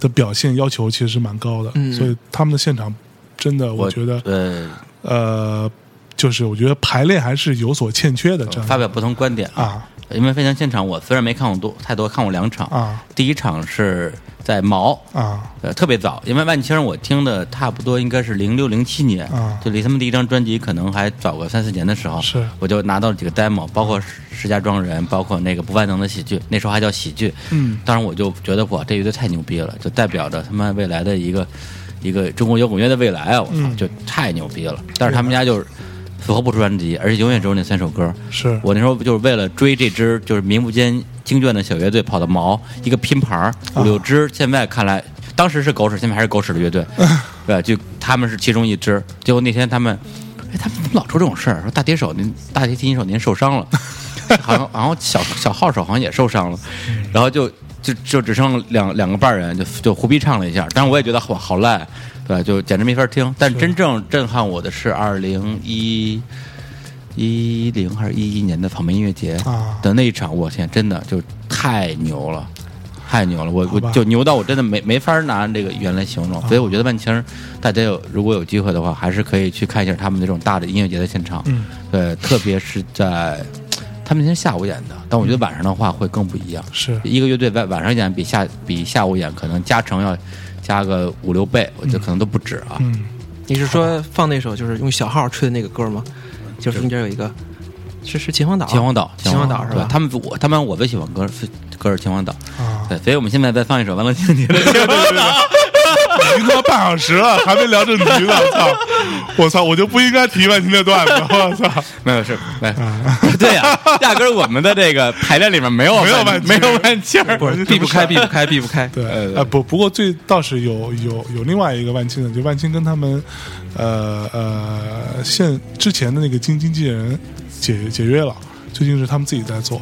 [SPEAKER 1] 的表现要求其实蛮高的，
[SPEAKER 3] 嗯
[SPEAKER 1] 所以他们的现场真的，我觉得
[SPEAKER 2] 呃，
[SPEAKER 1] 呃，就是我觉得排练还是有所欠缺的，这
[SPEAKER 2] 发
[SPEAKER 1] 样
[SPEAKER 2] 表不同观点啊，
[SPEAKER 1] 啊
[SPEAKER 2] 因为飞翔现场我虽然没看过多太多，看过两场
[SPEAKER 1] 啊
[SPEAKER 2] 第一场是在毛，
[SPEAKER 1] 啊
[SPEAKER 2] 呃，特别早，因为万青我听的差不多应该是零六零七年，
[SPEAKER 1] 啊
[SPEAKER 2] 就离他们第一张专辑可能还早个三四年的时候，
[SPEAKER 1] 是
[SPEAKER 2] 我就拿到了几个 demo，包括石石家庄人，包括那个不万能的喜剧，那时候还叫喜剧，
[SPEAKER 1] 嗯
[SPEAKER 2] 当时我就觉得哇，这乐队太牛逼了，就代表着他们未来的一个一个中国摇滚乐的未来啊！我操，
[SPEAKER 1] 嗯
[SPEAKER 2] 就太牛逼了。但是他们家就是符合不出专辑，而且永远只有那三首歌。
[SPEAKER 1] 是
[SPEAKER 2] 我那时候就是为了追这支就是名不见经传的小乐队，跑到毛一个拼盘儿五六支，现在看来当时是狗屎，现在还是狗屎的乐队，对，就他们是其中一支。结果那天他们，哎，他们怎么老出这种事儿？说大提手您大提琴手您受伤了， 好像然后小小号手好像也受伤了，然后就就就只剩两两个半人，就就胡逼唱了一下。当然我也觉得好好烂，对，就简直没法听。但真正震撼我的是二零一。一零还是一一年的草莓音乐节
[SPEAKER 1] 啊
[SPEAKER 2] 的那一场，我天，真的就太牛了，太牛了！我
[SPEAKER 1] 好
[SPEAKER 2] 我
[SPEAKER 1] 吧啊
[SPEAKER 2] 就牛到我真的没没法拿这个语言来形容，所以我觉得万青儿，大家有如果有机会的话，还是可以去看一下他们那种大的音乐节的现场。
[SPEAKER 1] 嗯，
[SPEAKER 2] 对，特别是在他们那天下午演的，但我觉得晚上的话会更不一样。
[SPEAKER 1] 是
[SPEAKER 2] 一个乐队在晚上演比下比下午演可能加成要加个五六倍，我觉得可能都不止啊。
[SPEAKER 1] 嗯
[SPEAKER 3] 你是说放那首就是用小号吹的那个歌吗？就是中间有一个是是秦皇岛，
[SPEAKER 2] 秦皇岛，
[SPEAKER 3] 秦皇岛是
[SPEAKER 2] 对
[SPEAKER 3] 吧？
[SPEAKER 2] 他们我他们我最喜欢歌是歌是秦皇岛。
[SPEAKER 1] 啊，
[SPEAKER 2] 对，所以我们现在再放一首完了听你的歌。
[SPEAKER 1] 已经他妈半小时了，还没聊正题呢，我操！ 我操，我就不应该提万青的段子，我操！啊
[SPEAKER 2] 没有是没有， 对呀、压根儿我们的这个排练里面没有
[SPEAKER 1] 没有万
[SPEAKER 2] 没有万青 儿，
[SPEAKER 1] 不是
[SPEAKER 3] 避不开，避不开，避不开。
[SPEAKER 1] 对，
[SPEAKER 2] 呃
[SPEAKER 1] 呃，不，不过最倒是有有有另外一个万青的，就万青跟他们，呃呃，现之前的那个经经纪人解解约了，最近是他们自己在做，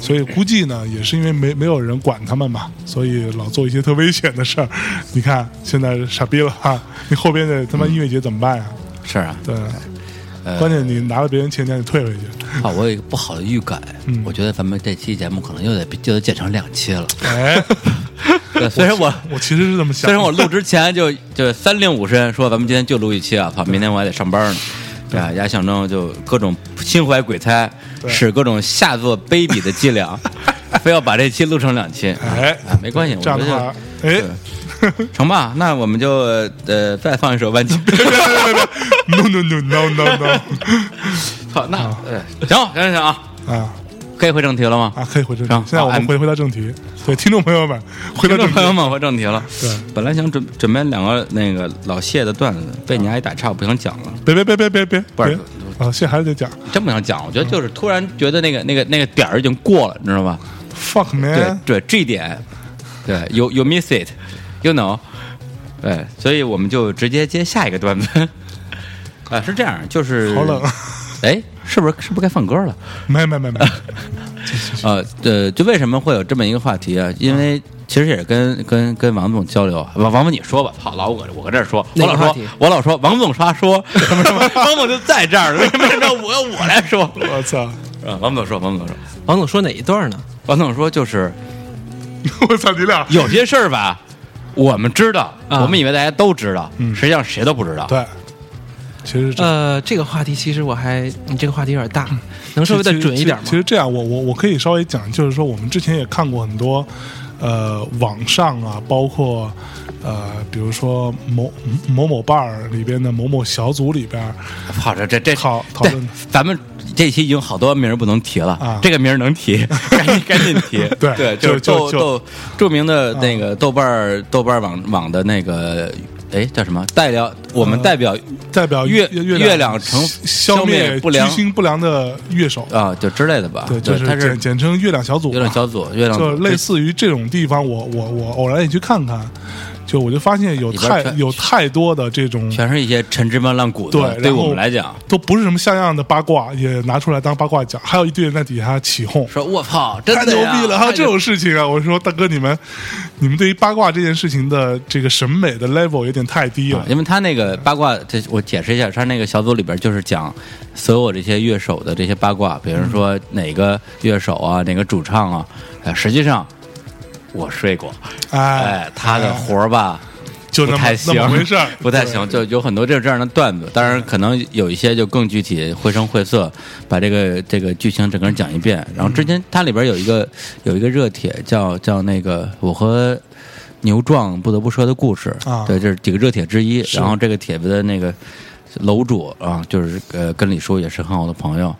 [SPEAKER 1] 所以估计呢，也是因为没没有人管他们嘛，所以老做一些特危险的事儿。 你看现在傻逼了哈，你后边的他妈音乐节怎么办呀、
[SPEAKER 2] 是啊，
[SPEAKER 1] 对，
[SPEAKER 2] 呃
[SPEAKER 1] 关键你拿了别人钱，你还得退回去。
[SPEAKER 2] 啊，我有一个不好的预感，
[SPEAKER 1] 嗯
[SPEAKER 2] 我觉得咱们这期节目可能又得就得剪成两期 了。
[SPEAKER 1] 哎，
[SPEAKER 2] 对，虽然我
[SPEAKER 1] 我其实是这么想
[SPEAKER 2] 虽
[SPEAKER 1] 的，
[SPEAKER 2] 然我录之前就就三令五申说咱们今天就录一期啊，怕明天我还得上班呢。对啊，压象征就各种心怀鬼胎，
[SPEAKER 1] 对
[SPEAKER 2] 使各种下作卑鄙的 伎俩，非要把这期录成两期。
[SPEAKER 1] 哎
[SPEAKER 2] 啊没关系，我
[SPEAKER 1] 这样
[SPEAKER 2] 觉
[SPEAKER 1] 的
[SPEAKER 2] 得
[SPEAKER 1] 话，哎，
[SPEAKER 2] 成吧。那我们就呃再放一首 万金。
[SPEAKER 1] no no no no no no
[SPEAKER 2] 好，那呃行行行啊，
[SPEAKER 1] 啊
[SPEAKER 2] 可以回正题了吗？
[SPEAKER 1] 啊，可以回正题
[SPEAKER 2] 行。
[SPEAKER 1] 现在我
[SPEAKER 2] 好
[SPEAKER 1] 们
[SPEAKER 2] ，I'm-
[SPEAKER 1] 回回到正题，对听众朋友们，回到正
[SPEAKER 2] 听众朋友
[SPEAKER 1] 题。
[SPEAKER 2] 们，回正题了。
[SPEAKER 1] 对，
[SPEAKER 2] 本来想准准备两个那个老谢的段子，被
[SPEAKER 1] 啊
[SPEAKER 2] 你阿姨打岔，我不想讲了。
[SPEAKER 1] 别别别别别别
[SPEAKER 2] 不是
[SPEAKER 1] 别啊！现在还是得讲
[SPEAKER 2] 真不想讲，我觉得就是突然觉得那个那个那个点儿已经过了，你知道吧？
[SPEAKER 1] fuck
[SPEAKER 2] 对
[SPEAKER 3] 嗯
[SPEAKER 1] man，
[SPEAKER 2] 对，这一点，对，you you miss it，you know，对，所以我们就直接接下一个段子。 啊，是这样，就是
[SPEAKER 1] 好
[SPEAKER 3] 啊
[SPEAKER 1] 冷，
[SPEAKER 2] 哎，是不是是不是该放歌了？
[SPEAKER 1] 没没没没，
[SPEAKER 2] 呃，呃，就为什么会有这么一个话题啊？因为其其实也是跟跟跟王总交流，啊王王总你说吧，操，老我我搁这儿说，
[SPEAKER 3] 哪
[SPEAKER 2] 我
[SPEAKER 3] 个
[SPEAKER 2] 老
[SPEAKER 3] 话
[SPEAKER 2] 说
[SPEAKER 3] 题
[SPEAKER 2] 我老说王总他 说什么什么，王总就在这儿，为什么让我要我来说？
[SPEAKER 1] 我操！
[SPEAKER 2] 啊，王总说，王总说，
[SPEAKER 3] 王总说哪一段呢？
[SPEAKER 2] 王总说就是
[SPEAKER 1] 我操，你俩
[SPEAKER 2] 有些事 儿吧，我们知道，
[SPEAKER 3] 啊
[SPEAKER 2] 我们以为大家都知道，实际上谁都不知道。
[SPEAKER 1] 嗯对，其实这
[SPEAKER 3] 呃，这个话题其实我还，你这个话题有点大， 能稍微再
[SPEAKER 1] 嗯其实
[SPEAKER 3] 准一点
[SPEAKER 1] 其
[SPEAKER 3] 吗
[SPEAKER 1] 实其？实这样，我我我可以稍微讲，就是说我们之前也看过很多，呃，网上啊，包括呃，比如说某某某伴儿里边的某某小组里边儿
[SPEAKER 2] 操，这这这
[SPEAKER 1] 讨讨
[SPEAKER 2] 对
[SPEAKER 1] 论，
[SPEAKER 2] 咱们这期已经好多名儿不能提了，
[SPEAKER 1] 啊
[SPEAKER 2] 这个名儿能提， 赶紧赶紧提。
[SPEAKER 1] 对
[SPEAKER 2] 就
[SPEAKER 1] 就是就
[SPEAKER 2] 豆
[SPEAKER 1] 就啊
[SPEAKER 2] 豆著名的那个豆瓣儿豆瓣儿网网的那个。哎，叫什么？代表我们
[SPEAKER 1] 呃
[SPEAKER 2] 代表
[SPEAKER 1] 代表
[SPEAKER 2] 月
[SPEAKER 1] 月
[SPEAKER 2] 月亮成
[SPEAKER 1] 消
[SPEAKER 2] 灭不良
[SPEAKER 1] 居心不良的乐手，
[SPEAKER 2] 啊，就之类的吧。
[SPEAKER 1] 对，就是
[SPEAKER 2] 它是
[SPEAKER 1] 简简称月亮小组吧，
[SPEAKER 2] 月亮小组，月亮
[SPEAKER 1] 就
[SPEAKER 2] 组
[SPEAKER 1] 类似于这种地方，我我我偶然也去看看，就我就发现有
[SPEAKER 2] 里边
[SPEAKER 1] 太
[SPEAKER 2] 全
[SPEAKER 1] 有太多的这种，
[SPEAKER 2] 全是一些陈芝麻烂谷
[SPEAKER 1] 对
[SPEAKER 2] 子，对
[SPEAKER 1] 然后
[SPEAKER 2] 我们来讲，
[SPEAKER 1] 都不是什么像样的八卦，也拿出来当八卦讲，还有一堆人在底下起哄。
[SPEAKER 2] 说我操，真
[SPEAKER 1] 太
[SPEAKER 2] 的
[SPEAKER 1] 牛
[SPEAKER 2] 呀
[SPEAKER 1] 逼了！还有
[SPEAKER 2] 太
[SPEAKER 1] 这种事情啊！我说大哥，你们，你们对于八卦这件事情的这个审美的 level 有点太低
[SPEAKER 2] 啊
[SPEAKER 1] 了。
[SPEAKER 2] 因为他那个八卦，这我解释一下，他那个小组里边就是讲所有这些乐手的这些八卦，比如说哪个乐手啊，哪个主唱啊，呃，实际上我睡过，
[SPEAKER 1] 哎
[SPEAKER 2] 哎，，他的活儿吧。
[SPEAKER 1] 就
[SPEAKER 2] 不
[SPEAKER 1] 那么
[SPEAKER 2] 太行，
[SPEAKER 1] 那么回事儿
[SPEAKER 2] 不太行，就有很多这这样的段子。当然，可能有一些就更具体、绘声绘色，把这个这个剧情整个讲一遍。然后之前它里边有一个有一个热帖，叫叫那个我和牛壮不得不说的故事
[SPEAKER 1] 啊
[SPEAKER 2] 对，这是几个热帖之一。然后这个帖子的那个。楼主啊，就是呃，跟李叔也是很好的 朋友，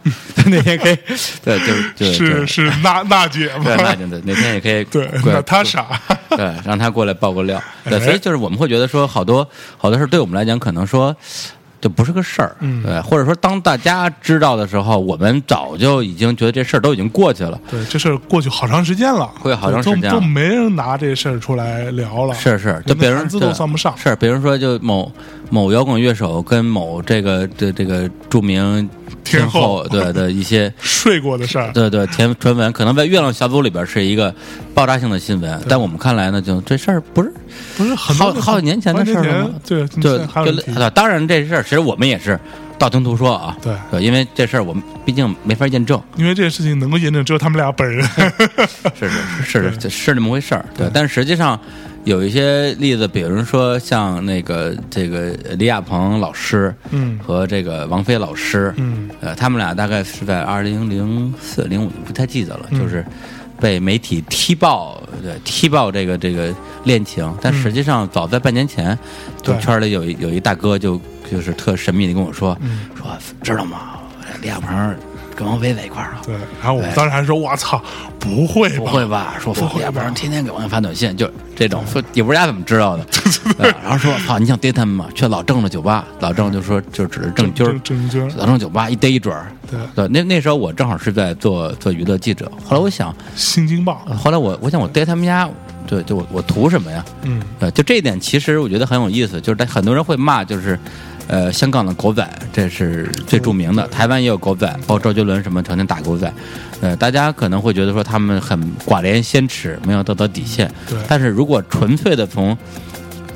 [SPEAKER 2] 那天可以，对，就是对
[SPEAKER 1] 是
[SPEAKER 2] 对
[SPEAKER 1] 是娜娜姐吗？
[SPEAKER 2] 对，那就对，哪天也可以
[SPEAKER 1] 对，
[SPEAKER 2] 过来
[SPEAKER 1] 娜塔莎，
[SPEAKER 2] 对，让他过来爆个料。对，
[SPEAKER 1] 哎
[SPEAKER 2] 所以就是我们会觉得说，好多好多事儿对我们来讲，可能说就不是个事儿，
[SPEAKER 1] 嗯
[SPEAKER 2] 对，或者说当大家知道的时候，我们早就已经觉得这事儿都已经过去了。
[SPEAKER 1] 对，这事儿过去好长时间了，
[SPEAKER 2] 过去好长时间了啊
[SPEAKER 1] 都都没人拿这事儿出来聊了。
[SPEAKER 2] 是是，就
[SPEAKER 1] 连
[SPEAKER 2] 别人
[SPEAKER 1] 谈资都
[SPEAKER 2] 对
[SPEAKER 1] 算不上。
[SPEAKER 2] 是，比如说就某某摇滚乐手跟某这个这这个著名
[SPEAKER 1] 天
[SPEAKER 2] 天
[SPEAKER 1] 后
[SPEAKER 2] 对的 一些
[SPEAKER 1] 睡过的事儿，
[SPEAKER 2] 对对，甜传闻可能在月亮小组里边是一个爆炸性的新闻，但我们看来呢，就这事儿不是
[SPEAKER 1] 不是很
[SPEAKER 2] 好
[SPEAKER 1] 多
[SPEAKER 2] 好几年前的事儿了吗？
[SPEAKER 1] 对
[SPEAKER 2] 就
[SPEAKER 1] 对，还有
[SPEAKER 2] 就
[SPEAKER 1] 人提
[SPEAKER 2] 对，当然这事儿其实我们也是道听途说啊，
[SPEAKER 1] 对
[SPEAKER 2] 因为这事儿我们毕竟没法 验证，
[SPEAKER 1] 因为这件事情能够验证只有他们俩本 人。
[SPEAKER 2] 是是是是是那么回事儿，对，但实际上。有一些例子，比如说像那个这个李亚鹏老师，
[SPEAKER 1] 嗯
[SPEAKER 2] 和这个王菲老师，
[SPEAKER 1] 嗯，
[SPEAKER 2] 呃，他们俩大概是在二零零四零五不太记得了，
[SPEAKER 1] 嗯
[SPEAKER 2] 就是被媒体踢爆，对，踢爆这个这个恋情，但实际上早在半年前，就
[SPEAKER 1] 对
[SPEAKER 2] 圈儿里有一有一大哥就就是特神秘的跟我说，
[SPEAKER 1] 嗯
[SPEAKER 2] 说知道吗？李亚鹏跟王菲在一块儿了。
[SPEAKER 1] 对，然后我们当时还说：“我操，不会
[SPEAKER 2] 不
[SPEAKER 1] 吧？
[SPEAKER 2] 会吧？说
[SPEAKER 1] 不会吧嗯
[SPEAKER 2] 李亚鹏天天给王菲发短信，就这种，说也不知道他怎么 知道的。对然后说，操，你想逮他们吗？去老郑的酒吧，老郑就说，就指着郑钧儿
[SPEAKER 1] 郑，郑钧儿
[SPEAKER 2] 老郑酒吧一逮一准儿。
[SPEAKER 1] 对
[SPEAKER 2] 对，那那时候我正好是在做做娱乐记者，后来我想，
[SPEAKER 1] 新京报，
[SPEAKER 2] 后来我我想我逮他们家，对，就我我图什么呀？
[SPEAKER 1] 嗯，
[SPEAKER 2] 呃，就这一点，其实我觉得很有意思，就是很多人会骂，就是，呃，香港的狗仔，这是最著名的，台湾也有狗仔，包括周杰伦什么成天打狗仔，呃，大家可能会觉得说他们很寡廉鲜耻，没有道德底线，
[SPEAKER 1] 对
[SPEAKER 2] 但是如果纯粹的从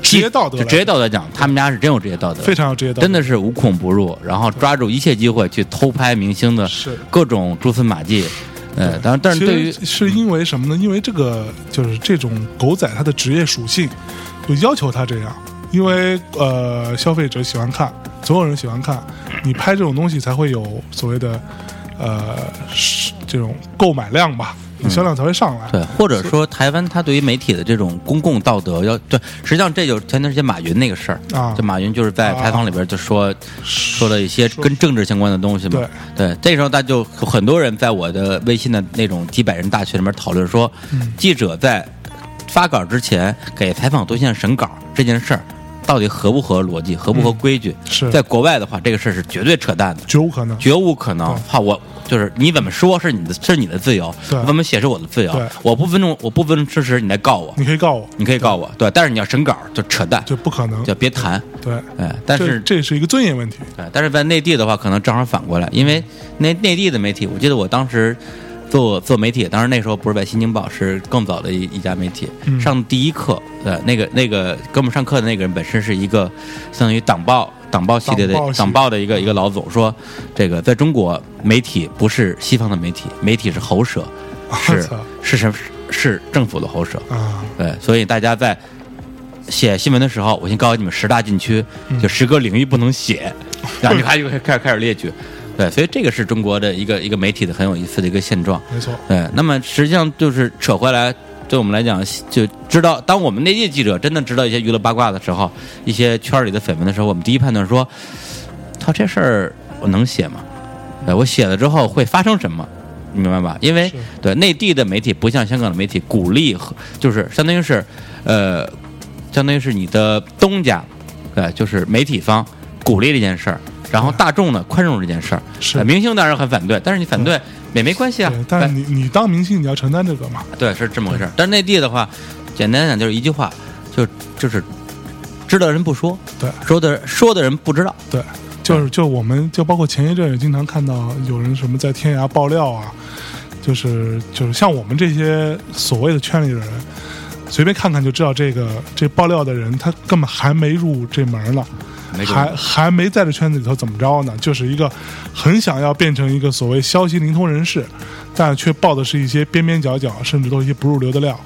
[SPEAKER 1] 职业道德
[SPEAKER 2] 就
[SPEAKER 1] 来
[SPEAKER 2] 职业道德讲，他们家是真有职业道德，
[SPEAKER 1] 非常有职业道德，
[SPEAKER 2] 真的是无孔不入，然后抓住一切机会去偷拍明星的
[SPEAKER 1] 是
[SPEAKER 2] 各种蛛丝马迹，呃，当然，但是
[SPEAKER 1] 其
[SPEAKER 2] 对于
[SPEAKER 1] 实是因为什么呢？因为这个就是这种狗仔，它的职业属性就要求它这样，因为呃，消费者喜欢看，总有人喜欢看，你拍这种东西才会有所谓的呃是这种购买量吧，你销量才会上来。
[SPEAKER 2] 对，或者说台湾他对于媒体的这种公共道德要对，实际上这就是前段时间马云那个事儿
[SPEAKER 1] 啊
[SPEAKER 2] 就马云就是在采访里边就说、说了一些
[SPEAKER 1] 说
[SPEAKER 2] 跟政治相关的东西嘛。对，这时候他就很多人在我的微信的那种几百人大群里面讨论说，
[SPEAKER 1] 嗯
[SPEAKER 2] 记者在发稿之前给采访对象审稿这件事儿。到底合不合逻辑，合不合规矩？
[SPEAKER 1] 是
[SPEAKER 2] 在国外的话，这个事儿是绝对扯淡的，
[SPEAKER 1] 绝无可能。
[SPEAKER 2] 绝无可能。怕我就是你怎么说是你的，是你的自由，
[SPEAKER 1] 对
[SPEAKER 2] 我怎么写是我的自由
[SPEAKER 1] 对。
[SPEAKER 2] 我不尊重，我不尊重事实，你来告我，
[SPEAKER 1] 你可以告我，
[SPEAKER 2] 你可以告我，对。但是你要审稿就扯淡，
[SPEAKER 1] 这不可能。
[SPEAKER 2] 就别谈。
[SPEAKER 1] 对，
[SPEAKER 2] 哎，但
[SPEAKER 1] 这
[SPEAKER 2] 是
[SPEAKER 1] 这是一个尊严问题。
[SPEAKER 2] 呃对但是在内地的话，可能正好反过来，因为内内地的媒体，我记得我当时做做媒体，当然那时候不是在《新京报》，是更早的一一家媒体。
[SPEAKER 1] 嗯
[SPEAKER 2] 上第一课，呃，那个那个给我们上课的那个人本身是一个相当于党报党报系列的
[SPEAKER 1] 党报系
[SPEAKER 2] 党报的一个一个老总，说这个在中国媒体不是西方的媒体，媒体是喉舌，
[SPEAKER 1] 啊
[SPEAKER 2] 是
[SPEAKER 1] 操
[SPEAKER 2] 是什么是政府的喉舌。
[SPEAKER 1] 啊，
[SPEAKER 2] 对，所以大家在写新闻的时候，我先告诉你们十大禁区，就十个领域不能写，然后就开始开始开始列举。对，所以这个是中国的一个一个媒体的很有意思的一个现状。
[SPEAKER 1] 没错，
[SPEAKER 2] 对，那么实际上就是扯回来，对我们来讲，就知道当我们那些记者真的知道一些娱乐八卦的时候，一些圈儿里的绯闻的时候，我们第一判断说，操，这事儿我能写吗？对我写了之后会发生什么？你明白吧？因为
[SPEAKER 1] 是
[SPEAKER 2] 对内地的媒体不像香港的媒体鼓励和，就是相当于是，呃，相当于是你的东家，对，就是媒体方鼓励这件事儿，然后大众呢宽容这件事儿。
[SPEAKER 1] 是
[SPEAKER 2] 呃明星当然很反对，但是你反对也没关系啊
[SPEAKER 1] 对。但
[SPEAKER 2] 对
[SPEAKER 1] 是你你当明星，你要承担这个嘛，
[SPEAKER 2] 对，是这么回事儿。但是内地的话，简单讲就是一句话，就就是知道的人不说，
[SPEAKER 1] 对
[SPEAKER 2] 说的说的人不知道，
[SPEAKER 1] 对，就是就我们就包括前一阵也经常看到有人什么在天涯爆料啊，就是就是像我们这些所谓的圈里的人，随便看看就知道这个这爆料的人他根本还没入这门呢，
[SPEAKER 2] 没准
[SPEAKER 1] 还还没在这圈子里头怎么着呢？就是一个很想要变成一个所谓消息灵通人士，但却报的是一些边边角角，甚至都是一些不入流的料。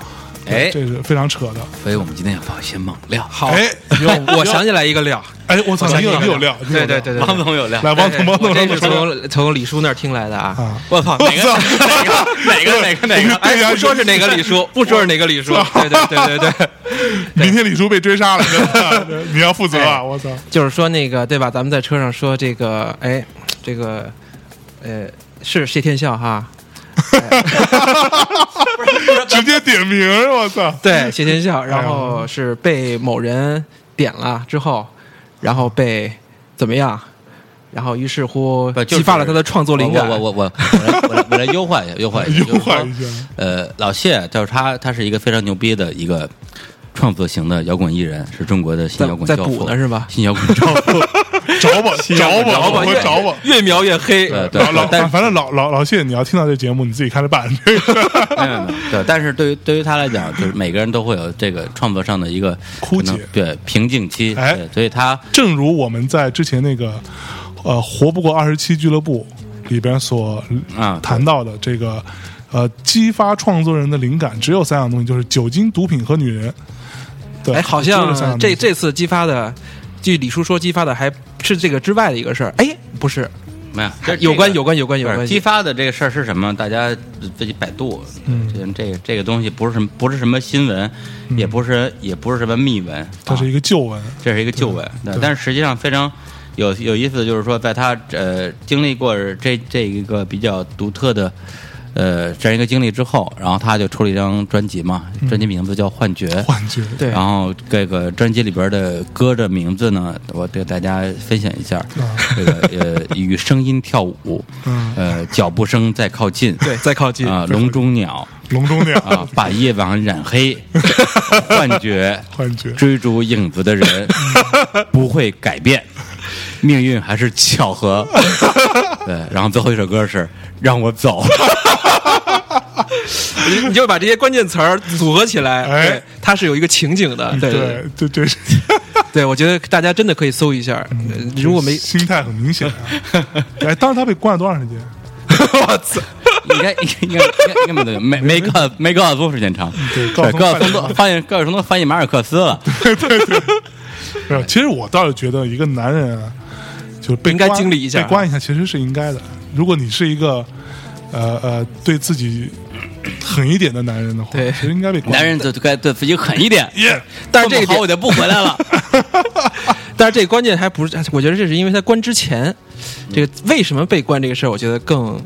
[SPEAKER 1] 对
[SPEAKER 2] 哎
[SPEAKER 1] 这是非常扯的。
[SPEAKER 2] 所以我们今天要报一些猛料。
[SPEAKER 3] 好，
[SPEAKER 1] 哎
[SPEAKER 3] 有我想起来一个料，
[SPEAKER 1] 哎，我操，
[SPEAKER 3] 我想
[SPEAKER 1] 你有
[SPEAKER 3] 起
[SPEAKER 1] 你
[SPEAKER 3] 来
[SPEAKER 1] 有
[SPEAKER 3] 一个
[SPEAKER 1] 料，你有
[SPEAKER 3] 对对
[SPEAKER 1] 料
[SPEAKER 3] 对对，
[SPEAKER 2] 王总有料，
[SPEAKER 1] 来王总王总
[SPEAKER 3] 我这
[SPEAKER 1] 王
[SPEAKER 3] 是
[SPEAKER 1] 总说
[SPEAKER 3] 从从李叔那儿听来的啊。
[SPEAKER 1] 啊，
[SPEAKER 2] 我操，哪个哪个哪 个哪个哪个？
[SPEAKER 1] 哎呀啊
[SPEAKER 3] 不说是哪个李叔，不说是哪个李叔，对对对对对，
[SPEAKER 1] 明天李叔被追杀了，真的你要负责啊！
[SPEAKER 3] 哎
[SPEAKER 1] 我操，
[SPEAKER 3] 就是说那个对吧？咱们在车上说这个，哎，这个，呃，是谢天笑哈，
[SPEAKER 1] 直接点名，我操！
[SPEAKER 3] 对，谢天笑，然后是被某人点了之后，然后被怎么样？然后于是乎
[SPEAKER 2] 不就是
[SPEAKER 3] 激发了他的创作灵感。
[SPEAKER 2] 我我我我我来我来我来优化一下， 优化一下，
[SPEAKER 1] 优化一下
[SPEAKER 2] 就是说呃，老谢就是他，他是一个非常牛逼的一个创作型的摇滚艺人，是中国的新
[SPEAKER 3] 在
[SPEAKER 2] 摇滚
[SPEAKER 3] 在
[SPEAKER 2] 教父
[SPEAKER 3] 补呢是吧
[SPEAKER 2] 新摇滚教父，
[SPEAKER 1] 找我，找
[SPEAKER 2] 找
[SPEAKER 1] 我，
[SPEAKER 2] 我
[SPEAKER 1] 我
[SPEAKER 2] 越
[SPEAKER 1] 找我。
[SPEAKER 3] 越描越黑，
[SPEAKER 2] 对对
[SPEAKER 1] 老老，
[SPEAKER 2] 但是
[SPEAKER 1] 反正老老老谢，你要听到这节目，你自己看着办。
[SPEAKER 2] 没有没有，嗯对，但是对于对于他来讲，就是每个人都会有这个创作上的一个
[SPEAKER 1] 枯竭
[SPEAKER 2] 可能对瓶颈期，
[SPEAKER 1] 哎
[SPEAKER 2] 对，所以他
[SPEAKER 1] 正如我们在之前那个呃“活不过二十七俱乐部”里边所
[SPEAKER 2] 啊
[SPEAKER 1] 谈到的这个呃，激发创作人的灵感只有三样东西，就是酒精、毒品和女人。对，
[SPEAKER 3] 哎，好
[SPEAKER 1] 只有三
[SPEAKER 3] 像
[SPEAKER 1] 样东
[SPEAKER 3] 这
[SPEAKER 1] 西
[SPEAKER 3] 这次激发的，据李叔说激发的还是这个之外的一个事儿。哎，不是，
[SPEAKER 2] 没有这
[SPEAKER 3] 有关有
[SPEAKER 2] 关。
[SPEAKER 3] 关有关有
[SPEAKER 2] 不是
[SPEAKER 3] 关
[SPEAKER 2] 激发的这个事儿是什么？大家自己百度。嗯，这个这个东西不是什么不是什么新闻，也不是也不是什么秘闻，
[SPEAKER 1] 嗯
[SPEAKER 2] 啊
[SPEAKER 1] 它是一个旧闻，
[SPEAKER 2] 这是一个旧闻，对但是实际上非常有有意思，的就是说，在他呃经历过这这一个比较独特的呃这样一个经历之后，然后他就出了一张专辑嘛，专辑名字叫《幻觉》。
[SPEAKER 1] 嗯幻觉。
[SPEAKER 3] 对
[SPEAKER 2] 然后这个专辑里边的歌的名字呢，我给大家分享一下，
[SPEAKER 3] 啊
[SPEAKER 2] 这个 呃，与声音跳舞，呃，脚步声在靠近，
[SPEAKER 3] 嗯对，再靠近
[SPEAKER 2] 啊、笼中鸟
[SPEAKER 1] 笼中鸟，
[SPEAKER 2] 啊、把夜晚染黑，幻觉，
[SPEAKER 1] 幻 觉
[SPEAKER 2] 追逐影子 的人不会改变，命运还是巧 合。对，然后最后一首歌是让我走。
[SPEAKER 3] 你你就把这些关键词儿组合起来，
[SPEAKER 1] 哎
[SPEAKER 3] 对，它是有一个情景的，对对
[SPEAKER 1] 对对对，
[SPEAKER 3] 对，我觉得大家真的可以搜一下，呃
[SPEAKER 1] 嗯
[SPEAKER 3] 如 果没
[SPEAKER 1] 心态很明显啊。哎，当时他被关了多长时间？
[SPEAKER 2] 应该应该应该应该没对，没没告没告诉时间长，
[SPEAKER 1] 对高
[SPEAKER 2] 对，
[SPEAKER 1] 松
[SPEAKER 2] 高
[SPEAKER 1] 翻译
[SPEAKER 2] 松都翻译高晓松都翻译马尔克斯了，
[SPEAKER 1] 没有，其实我倒是觉得一个男人啊，就是被
[SPEAKER 3] 应该
[SPEAKER 1] 关
[SPEAKER 3] 经历一下
[SPEAKER 1] 被关一下其实是应该的。如果你是一个呃呃对自己狠一点的男人的话，
[SPEAKER 3] 对
[SPEAKER 1] 其实应该被关。
[SPEAKER 2] 男人就就该对自己狠一点。
[SPEAKER 1] 耶，
[SPEAKER 3] 但是这个
[SPEAKER 2] 么好我
[SPEAKER 3] 点，
[SPEAKER 2] 就不回来了。
[SPEAKER 3] 但是这个关键还不是，哎我觉得这是因为他关之前，这个为什么被关这个事儿，我觉得更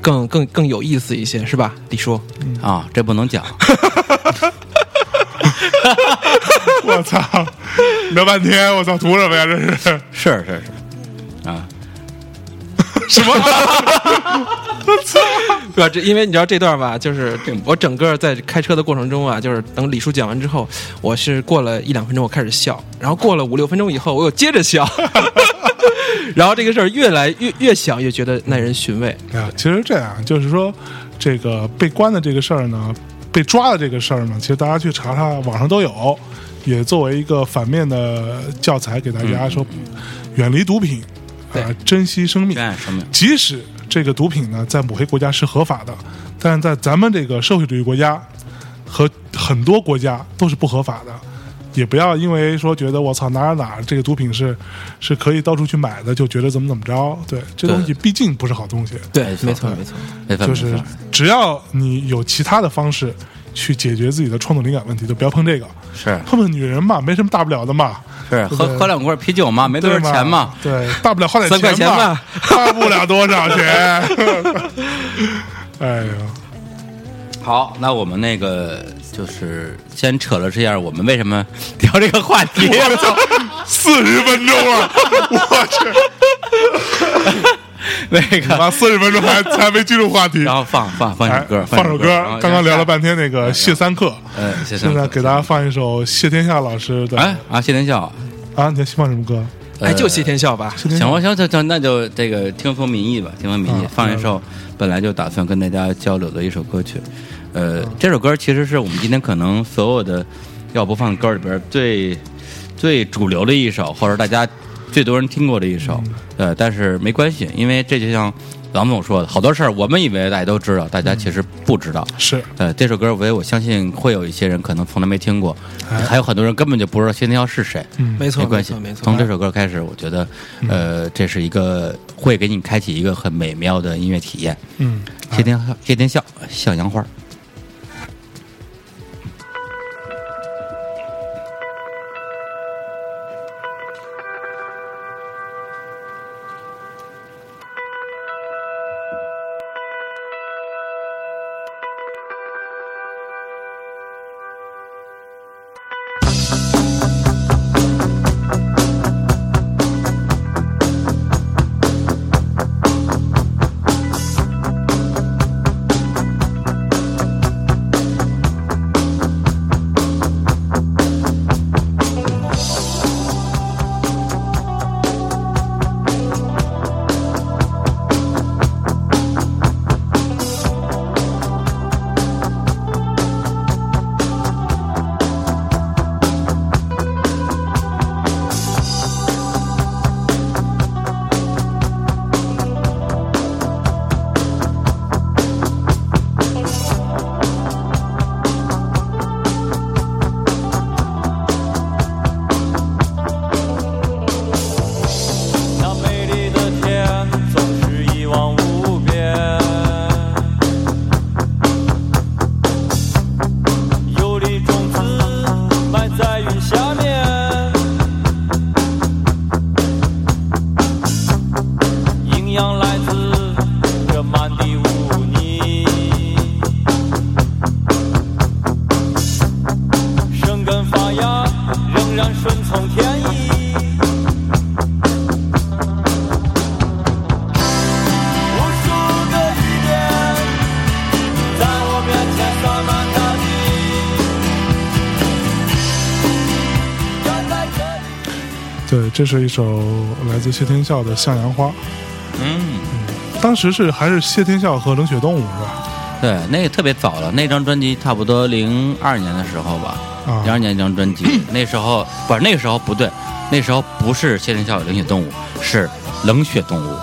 [SPEAKER 3] 更更更有意思一些，是吧，李叔？
[SPEAKER 2] 啊，这不 能讲，
[SPEAKER 1] 我操，聊半天，我操，图什么呀？这是
[SPEAKER 2] 是是是，啊，
[SPEAKER 1] 什么？
[SPEAKER 3] 对吧？这因为你知道这段吧，就是我整个在开车的过程中啊，就是等李叔讲完之后，我是过了一两分钟我开始笑，然后过了五六分钟以后我又接着 笑，然后这个事儿越来越越想越觉得耐人寻味。
[SPEAKER 1] 啊，其实这样就是说，这个被关的这个事儿呢，被抓的这个事儿呢，其实大家去查查，网上都有，也作为一个反面的教材给大家说，远离毒品，啊、
[SPEAKER 3] 嗯对
[SPEAKER 1] 珍惜生命
[SPEAKER 2] 珍。爱 生命，
[SPEAKER 1] 即使这个毒品呢在某些国家是合法的，但是在咱们这个社会主义国家和很多国家都是不合法的。也不要因为说觉得我操哪儿哪儿这个毒品是是可以到处去买的，就觉得怎么怎么着。对，这
[SPEAKER 2] 对
[SPEAKER 1] 东西毕竟不是好东西。
[SPEAKER 3] 对
[SPEAKER 2] 没，错
[SPEAKER 3] 没错没错，
[SPEAKER 2] 没错
[SPEAKER 1] 就
[SPEAKER 2] 没
[SPEAKER 1] 是
[SPEAKER 2] 错
[SPEAKER 1] 只要你有其他的方式去解决自己的创作灵感问题，就不要碰这个。
[SPEAKER 2] 是
[SPEAKER 1] 碰碰女人嘛，没什么大不了的嘛，
[SPEAKER 2] 是喝喝两罐啤酒嘛，没多少
[SPEAKER 1] 对嘛
[SPEAKER 2] 钱嘛，
[SPEAKER 1] 对，大不了花点
[SPEAKER 2] 三块钱
[SPEAKER 1] 嘛
[SPEAKER 2] 吧，
[SPEAKER 1] 花不了多少钱。 哎呀，
[SPEAKER 2] 好，那我们那个就是先扯了这样，我们为什么聊这个话题？
[SPEAKER 1] 四十分钟啊了，我去，
[SPEAKER 2] 那个，
[SPEAKER 1] 啊，四十分钟还还没进入话题。
[SPEAKER 2] 然后放放放一
[SPEAKER 1] 哎
[SPEAKER 2] 首歌，
[SPEAKER 1] 放首
[SPEAKER 2] 歌，然后
[SPEAKER 1] 刚刚聊了，半天那
[SPEAKER 2] 哎
[SPEAKER 1] 个谢三克，
[SPEAKER 2] 呃，谢谢
[SPEAKER 1] 现在给大家放一首谢天笑老师的。
[SPEAKER 2] 哎啊，谢天笑，
[SPEAKER 1] 啊，你要放什么歌？
[SPEAKER 2] 呃
[SPEAKER 3] 哎，就谢天笑吧，
[SPEAKER 2] 行，我行，行行，那就这个听从民意吧，听从民意，放一首本来就打算跟大家交流的一首歌曲。呃，这首歌其实是我们今天可能所有的要播放的歌里边最最主流的一首，或者大家最多人听过的一首。呃，但是没关系，因为这就像郎总说的，好多事儿我们以为大家都知道，大家其实不知道。
[SPEAKER 1] 是
[SPEAKER 2] 呃，这首歌我也我相信会有一些人可能从来没听过，还有很多人根本就不知道谢天笑是谁。嗯
[SPEAKER 3] 没错
[SPEAKER 2] 没关系，
[SPEAKER 3] 没错嗯
[SPEAKER 2] 从
[SPEAKER 3] 没
[SPEAKER 2] 这
[SPEAKER 3] 错，
[SPEAKER 2] 首歌开始，我觉得，呃，这是一个会给你开启一个很美妙的音乐体验。
[SPEAKER 1] 嗯，
[SPEAKER 3] 啊
[SPEAKER 2] 谢天笑，谢天笑，向阳花。
[SPEAKER 4] 那美丽的天总是一望无边，有粒种子埋在云下面，营养来自这满地污泥，生根发芽仍然顺从天意。无数个雨点在我面前洒满大地，站在这里。
[SPEAKER 1] 对，这是一首来自谢天笑的《向阳花》。
[SPEAKER 2] 嗯，
[SPEAKER 1] 当时是还是谢天笑和冷血动物是吧？
[SPEAKER 2] 对，那个特别早了，那张专辑差不多零二年的时候吧，
[SPEAKER 1] 啊
[SPEAKER 2] 零二年一张专 辑，那时候不是那个时候不对，那时候不是谢天笑有冷血动物，是冷血动物。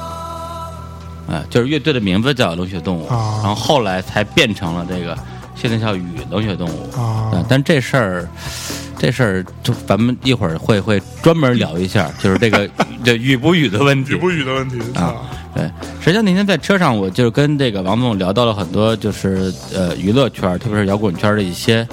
[SPEAKER 2] 呃，就是乐队的名字叫冷血动物，
[SPEAKER 1] 啊
[SPEAKER 2] 然后后来才变成了这个谢天笑与冷血动物。
[SPEAKER 1] 啊
[SPEAKER 2] 啊，但这事儿，这事儿就咱们一会儿会会专门聊一下，就是这 个这语不语的问题。
[SPEAKER 1] 语不语的问题
[SPEAKER 2] 啊对，实际上那天在车上，我就是跟这个王总聊到了很多，就是呃娱乐圈，特别是摇滚圈的一些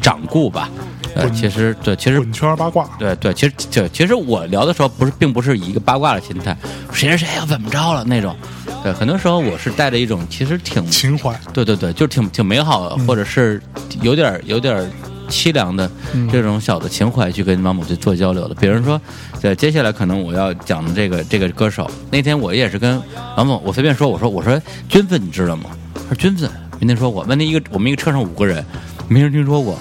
[SPEAKER 2] 掌故吧。呃，其实对，其实
[SPEAKER 1] 嗯滚圈八卦，
[SPEAKER 2] 对对，其实就其实我聊的时候不是，并不是以一个八卦的心态，谁谁谁要怎么着了那种。对，很多时候我是带着一种其实挺
[SPEAKER 1] 情怀
[SPEAKER 2] 对对对，就挺挺美好的，或者是有点有点凄凉的这种小的情怀去跟王母去做交流的。比如说，呃，接下来可能我要讲的这个这个歌手，那天我也是跟王总，我随便说，我说我说军子你知道吗？他说军子没听说过。问他一个我们一个车上五个人，没人听说过。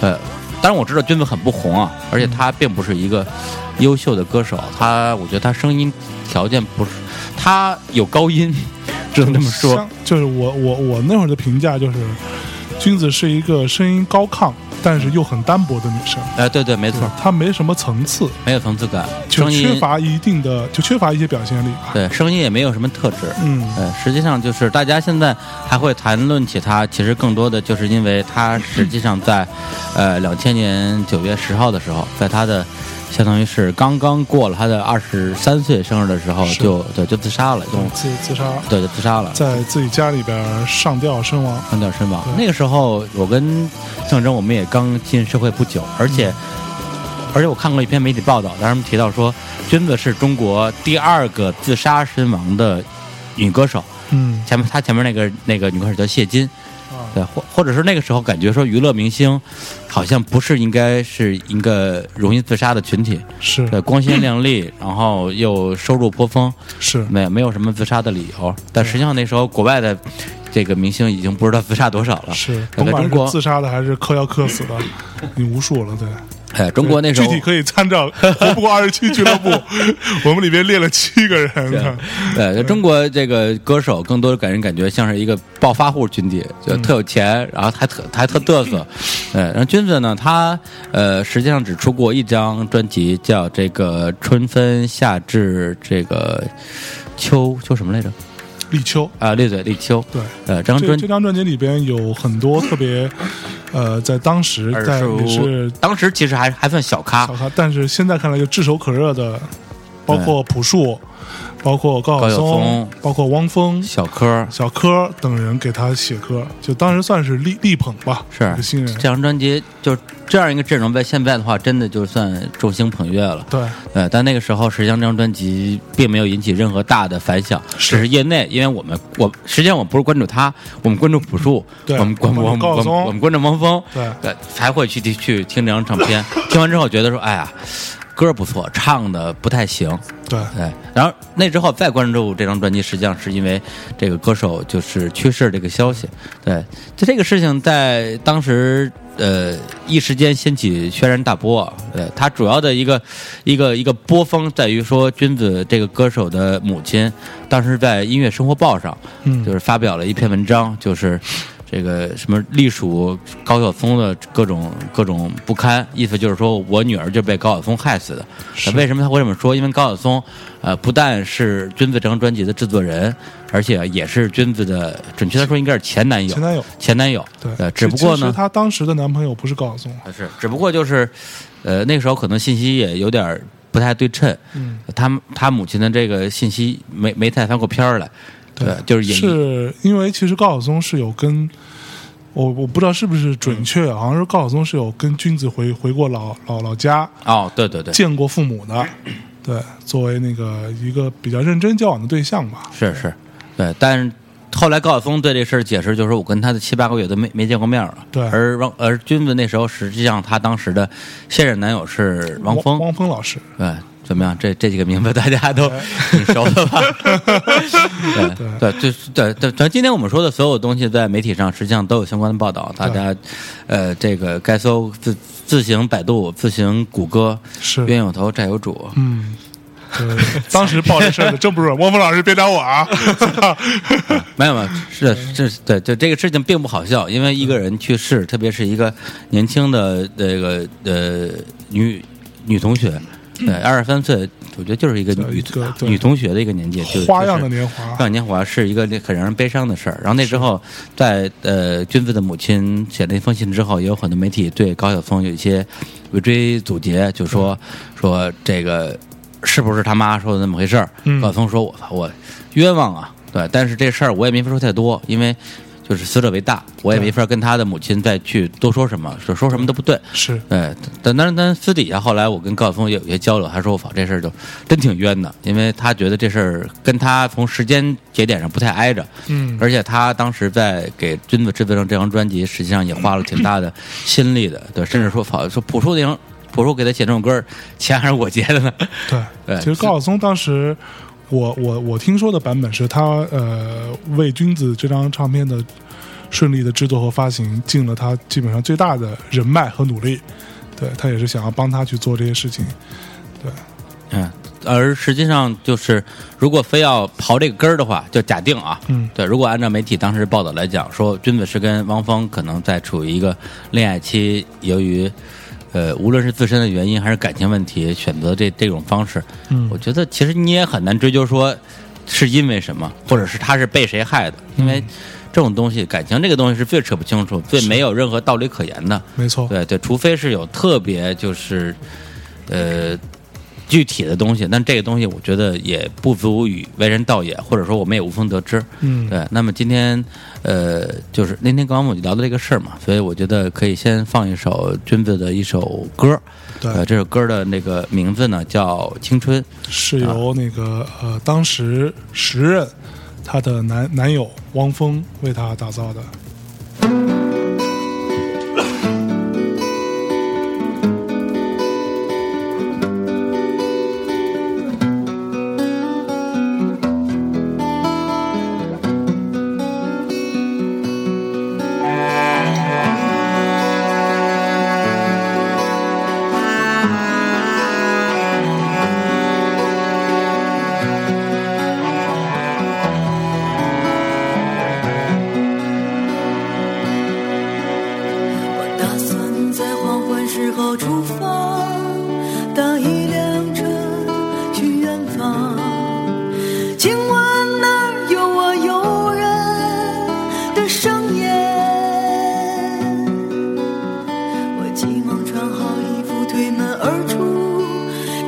[SPEAKER 2] 呃，当然我知道军子很不红啊，而且他并不是一个优秀的歌手，他我觉得他声音条件不是，他有高音，只能这么说
[SPEAKER 1] 相。就是我我我那会儿的评价就是，君子是一个声音高亢但是又很单薄的女生，
[SPEAKER 2] 哎，对对，没错，
[SPEAKER 1] 她没什么层次，
[SPEAKER 2] 没有层次感，
[SPEAKER 1] 就
[SPEAKER 2] 声
[SPEAKER 1] 缺
[SPEAKER 2] 音
[SPEAKER 1] 乏一定的，就缺乏一些表现力吧。
[SPEAKER 2] 对声音也没有什么特质。
[SPEAKER 1] 嗯，
[SPEAKER 2] 呃，实际上就是大家现在还会谈论起他，其实更多的就是因为他实际上在，呃，两千年九月十号的时候，在他的相当于是刚刚过了他的二十三岁生日的时候，
[SPEAKER 1] 是
[SPEAKER 2] 就对就自杀了，就
[SPEAKER 1] 自自杀，
[SPEAKER 2] 对就自杀了。
[SPEAKER 1] 在自己家里边上吊身亡。
[SPEAKER 2] 上吊身亡。
[SPEAKER 1] 对
[SPEAKER 2] 那个时候，我跟象征我们也刚进社会不久，而且、而且我看过一篇媒体报道，当时提到说，娟子是中国第二个自杀身亡的女歌手。
[SPEAKER 1] 嗯
[SPEAKER 2] 前面她前面那个那个女歌手叫谢金，
[SPEAKER 1] 啊
[SPEAKER 2] 对，或或者是那个时候感觉说娱乐明星好像不是应该是一个容易自杀的群体，
[SPEAKER 1] 是
[SPEAKER 2] 对，光鲜亮丽，然后又收入颇丰，
[SPEAKER 1] 是，
[SPEAKER 2] 没有没有什么自杀的理由。但实际上那时候国外的这个明星已经不知道自杀多少了。
[SPEAKER 1] 是，
[SPEAKER 2] 对
[SPEAKER 1] 甭
[SPEAKER 2] 在
[SPEAKER 1] 管
[SPEAKER 2] 中
[SPEAKER 1] 是
[SPEAKER 2] 国
[SPEAKER 1] 自，杀的还是嗑药嗑死的，你无数了，对。
[SPEAKER 2] 哎，中国那时 候
[SPEAKER 1] 具体可以参照《活不过二十七俱乐 部》，我们里边列了七个人。啊
[SPEAKER 2] 对，在哎中国这个歌手更多的给人感觉像是一个暴发户群体，
[SPEAKER 1] 嗯
[SPEAKER 2] 就特有钱，然后还特还特嘚瑟。对，然后君子呢，他呃实际上只出过一张专辑，叫这个《春分夏至》，这个秋秋什么来着？
[SPEAKER 1] 立秋，
[SPEAKER 2] 啊，绿嘴立秋。
[SPEAKER 1] 对，
[SPEAKER 2] 呃，这张
[SPEAKER 1] 这
[SPEAKER 2] 专
[SPEAKER 1] 这张专辑里边有很多特别，呃，在当时
[SPEAKER 2] 二
[SPEAKER 1] 在
[SPEAKER 2] 十
[SPEAKER 1] 也是
[SPEAKER 2] 五，当时其实还还算小咖
[SPEAKER 1] 小，咖，但是现在看来就炙手可热的，包括朴树，包括高
[SPEAKER 2] 高
[SPEAKER 1] 晓
[SPEAKER 2] 晓
[SPEAKER 1] 松
[SPEAKER 2] 松，
[SPEAKER 1] 包括汪峰、
[SPEAKER 2] 小科。
[SPEAKER 1] 小柯等人给他写歌，就当时算是力力捧吧，
[SPEAKER 2] 是
[SPEAKER 1] 一个新人
[SPEAKER 2] 这。张专辑就是这样一个阵容，在现在的话，真的就算众星捧月了。
[SPEAKER 1] 对，
[SPEAKER 2] 呃，但那个时候实际上这张专辑并没有引起任何大的反响，
[SPEAKER 1] 是
[SPEAKER 2] 只是业内，因为我们我实际上我们不是关注他，我们关注朴树，
[SPEAKER 1] 对
[SPEAKER 2] 我们关
[SPEAKER 1] 我
[SPEAKER 2] 我
[SPEAKER 1] 们
[SPEAKER 2] 们
[SPEAKER 1] 高晓
[SPEAKER 2] 我们
[SPEAKER 1] 松
[SPEAKER 2] 我们关注汪峰，
[SPEAKER 1] 对
[SPEAKER 2] 呃，才会去去听这张唱 片，听完之后觉得说，哎呀，歌不错，唱的不太行，
[SPEAKER 1] 对，
[SPEAKER 2] 对，然后那之后再关注这张专辑，实际上是因为这个歌手就是去世这个消息。对，就这个事情在当时呃一时间掀起轩然大波。啊对，它主要的一个一个一个波峰在于说，君子这个歌手的母亲当时在《音乐生活报》上，
[SPEAKER 1] 嗯
[SPEAKER 2] 就是发表了一篇文章，就是。这个什么隶属高晓松的各种各种不堪，意思就是说我女儿就被高晓松害死的。
[SPEAKER 1] 是
[SPEAKER 2] 为什么他会这么说？因为高晓松，呃，不但是君子这张专辑的制作人，而且也是君子的，准确的说应该是前男友，
[SPEAKER 1] 前男友，
[SPEAKER 2] 前男友，
[SPEAKER 1] 对，
[SPEAKER 2] 呃，只不过
[SPEAKER 1] 其实
[SPEAKER 2] 呢，呃
[SPEAKER 1] 她当时的男朋友不是高晓松，
[SPEAKER 2] 是，只不过就是，呃，那个时候可能信息也有点儿不太对称，
[SPEAKER 1] 嗯，
[SPEAKER 2] 他们他母亲的这个信息没没太翻过篇儿来，对，就是也
[SPEAKER 1] 是因为其实高晓松是有跟我我不知道是不是准确，啊好像是高晓松是有跟君子回回过老老老家
[SPEAKER 2] 哦，对对对，
[SPEAKER 1] 见过父母的，对，作为那个一个比较认真交往的对象吧，
[SPEAKER 2] 是是，对，但是后来高晓松对这事儿解释就是，我跟他的七八个月都没没见过面儿了。
[SPEAKER 1] 对
[SPEAKER 2] 而王而君子那时候实际上他当时的现任男友是王
[SPEAKER 1] 汪
[SPEAKER 2] 峰，
[SPEAKER 1] 汪峰老师，
[SPEAKER 2] 对，怎么样？这这几个名字大家 都挺熟 的吧？对对，就是对对，咱今天我们说的所有东西，在媒体上实际上都有相关的报道，大家呃，这个该搜自自行百度、自行谷歌，
[SPEAKER 1] 是
[SPEAKER 2] 冤有头债有主，
[SPEAKER 1] 嗯。对，当时报这事儿的真不是 汪峰老师，别找我啊！
[SPEAKER 2] 没有没有，是的这是对对，这个事情并不好笑，因为一个人去世，特别是一个年轻的这个呃女女同学，对二十三岁，我觉得就是一个
[SPEAKER 1] 对一
[SPEAKER 2] 女啊
[SPEAKER 1] 个对
[SPEAKER 2] 女同学的一个年纪，就
[SPEAKER 1] 花样的
[SPEAKER 2] 就是
[SPEAKER 1] 年华
[SPEAKER 2] 花样年华是一个很让人悲伤的事儿。然后那之后，在呃君子的母亲写了一封信之后，也有很多媒体对高晓松有一些围追堵截，就说说这个是不是他妈说的那么回事儿？
[SPEAKER 1] 嗯
[SPEAKER 2] 高晓松说：“我操，我冤枉啊！”对，但是这事儿我也没法说太多，因为就是死者为大，我也没法跟他的母亲再去多说什么，说说什么都不对。
[SPEAKER 1] 是
[SPEAKER 2] 对，哎但但是但私底下后来我跟高晓松也有些交流，他说：“我操，这事儿就真挺冤的，因为他觉得这事儿跟他从时间节点上不太挨着，
[SPEAKER 1] 嗯
[SPEAKER 2] 而且他当时在给君子制作上这张专辑，实际上也花了挺大的心力的，对，甚至说好说朴树那张朴树给他写这种歌儿，钱还是我结的呢，
[SPEAKER 1] 对，
[SPEAKER 2] 对
[SPEAKER 1] 其实高晓松当时，我我我听说的版本是他呃为《君子》这张唱片的顺利的制作和发行尽了他基本上最大的人脉和努力，对他也是想要帮他去做这些事情，
[SPEAKER 2] 嗯，而实际上就是，如果非要刨这个根儿的话，就假定啊，
[SPEAKER 1] 嗯
[SPEAKER 2] 对，如果按照媒体当时报道来讲，说君子是跟汪峰可能在处于一个恋爱期，由于呃无论是自身的原因还是感情问题，选择这这种方式，
[SPEAKER 1] 嗯
[SPEAKER 2] 我觉得其实你也很难追究说是因为什么，或者是他是被谁害的，因
[SPEAKER 1] 嗯
[SPEAKER 2] 为这种东西，感情这个东西是最扯不清楚、最没有任何道理可言的。
[SPEAKER 1] 没
[SPEAKER 3] 哦
[SPEAKER 1] 错，
[SPEAKER 2] 对对，除非是有特别就是呃具体的东西，但这个东西我觉得也不足以为人道也，或者说我们也无从得知。
[SPEAKER 1] 嗯
[SPEAKER 2] 对。那么今天呃，就是那天刚刚我们聊到这个事儿嘛，所以我觉得可以先放一首君子的一首歌。
[SPEAKER 1] 对
[SPEAKER 2] 呃，这首歌的那个名字呢叫《青春》。
[SPEAKER 1] 是由
[SPEAKER 2] 啊
[SPEAKER 1] 那个呃当时时任她的男男友汪峰为她打造的。
[SPEAKER 6] 我打算在黄昏时候出发，搭一辆车去远方。请问那儿有我诱人的盛宴？我急忙穿好衣服，推门而出，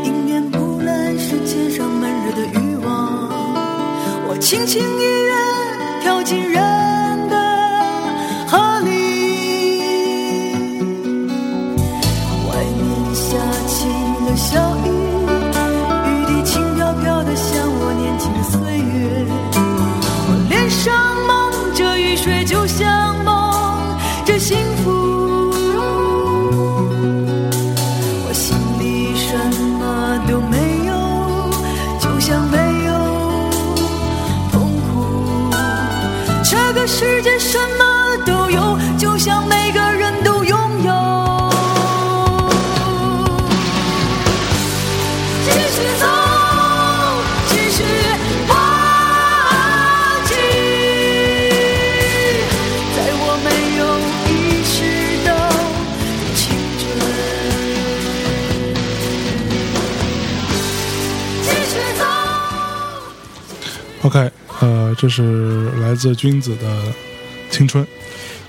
[SPEAKER 6] 迎面扑来是街上闷热的欲望。我轻轻一跃，跳进人的河里。外面下起了小雨，雨滴轻飘飘的，像我年轻的岁月。我脸上蒙着雨水，就像蒙着幸福。我心里什么都没有，就像没有痛苦。这个世界什么都有，就像每个人都拥有。继续走，继续爬起，在我没有意识到的青春。继续走。
[SPEAKER 1] OK，呃，这是来自君子的青春。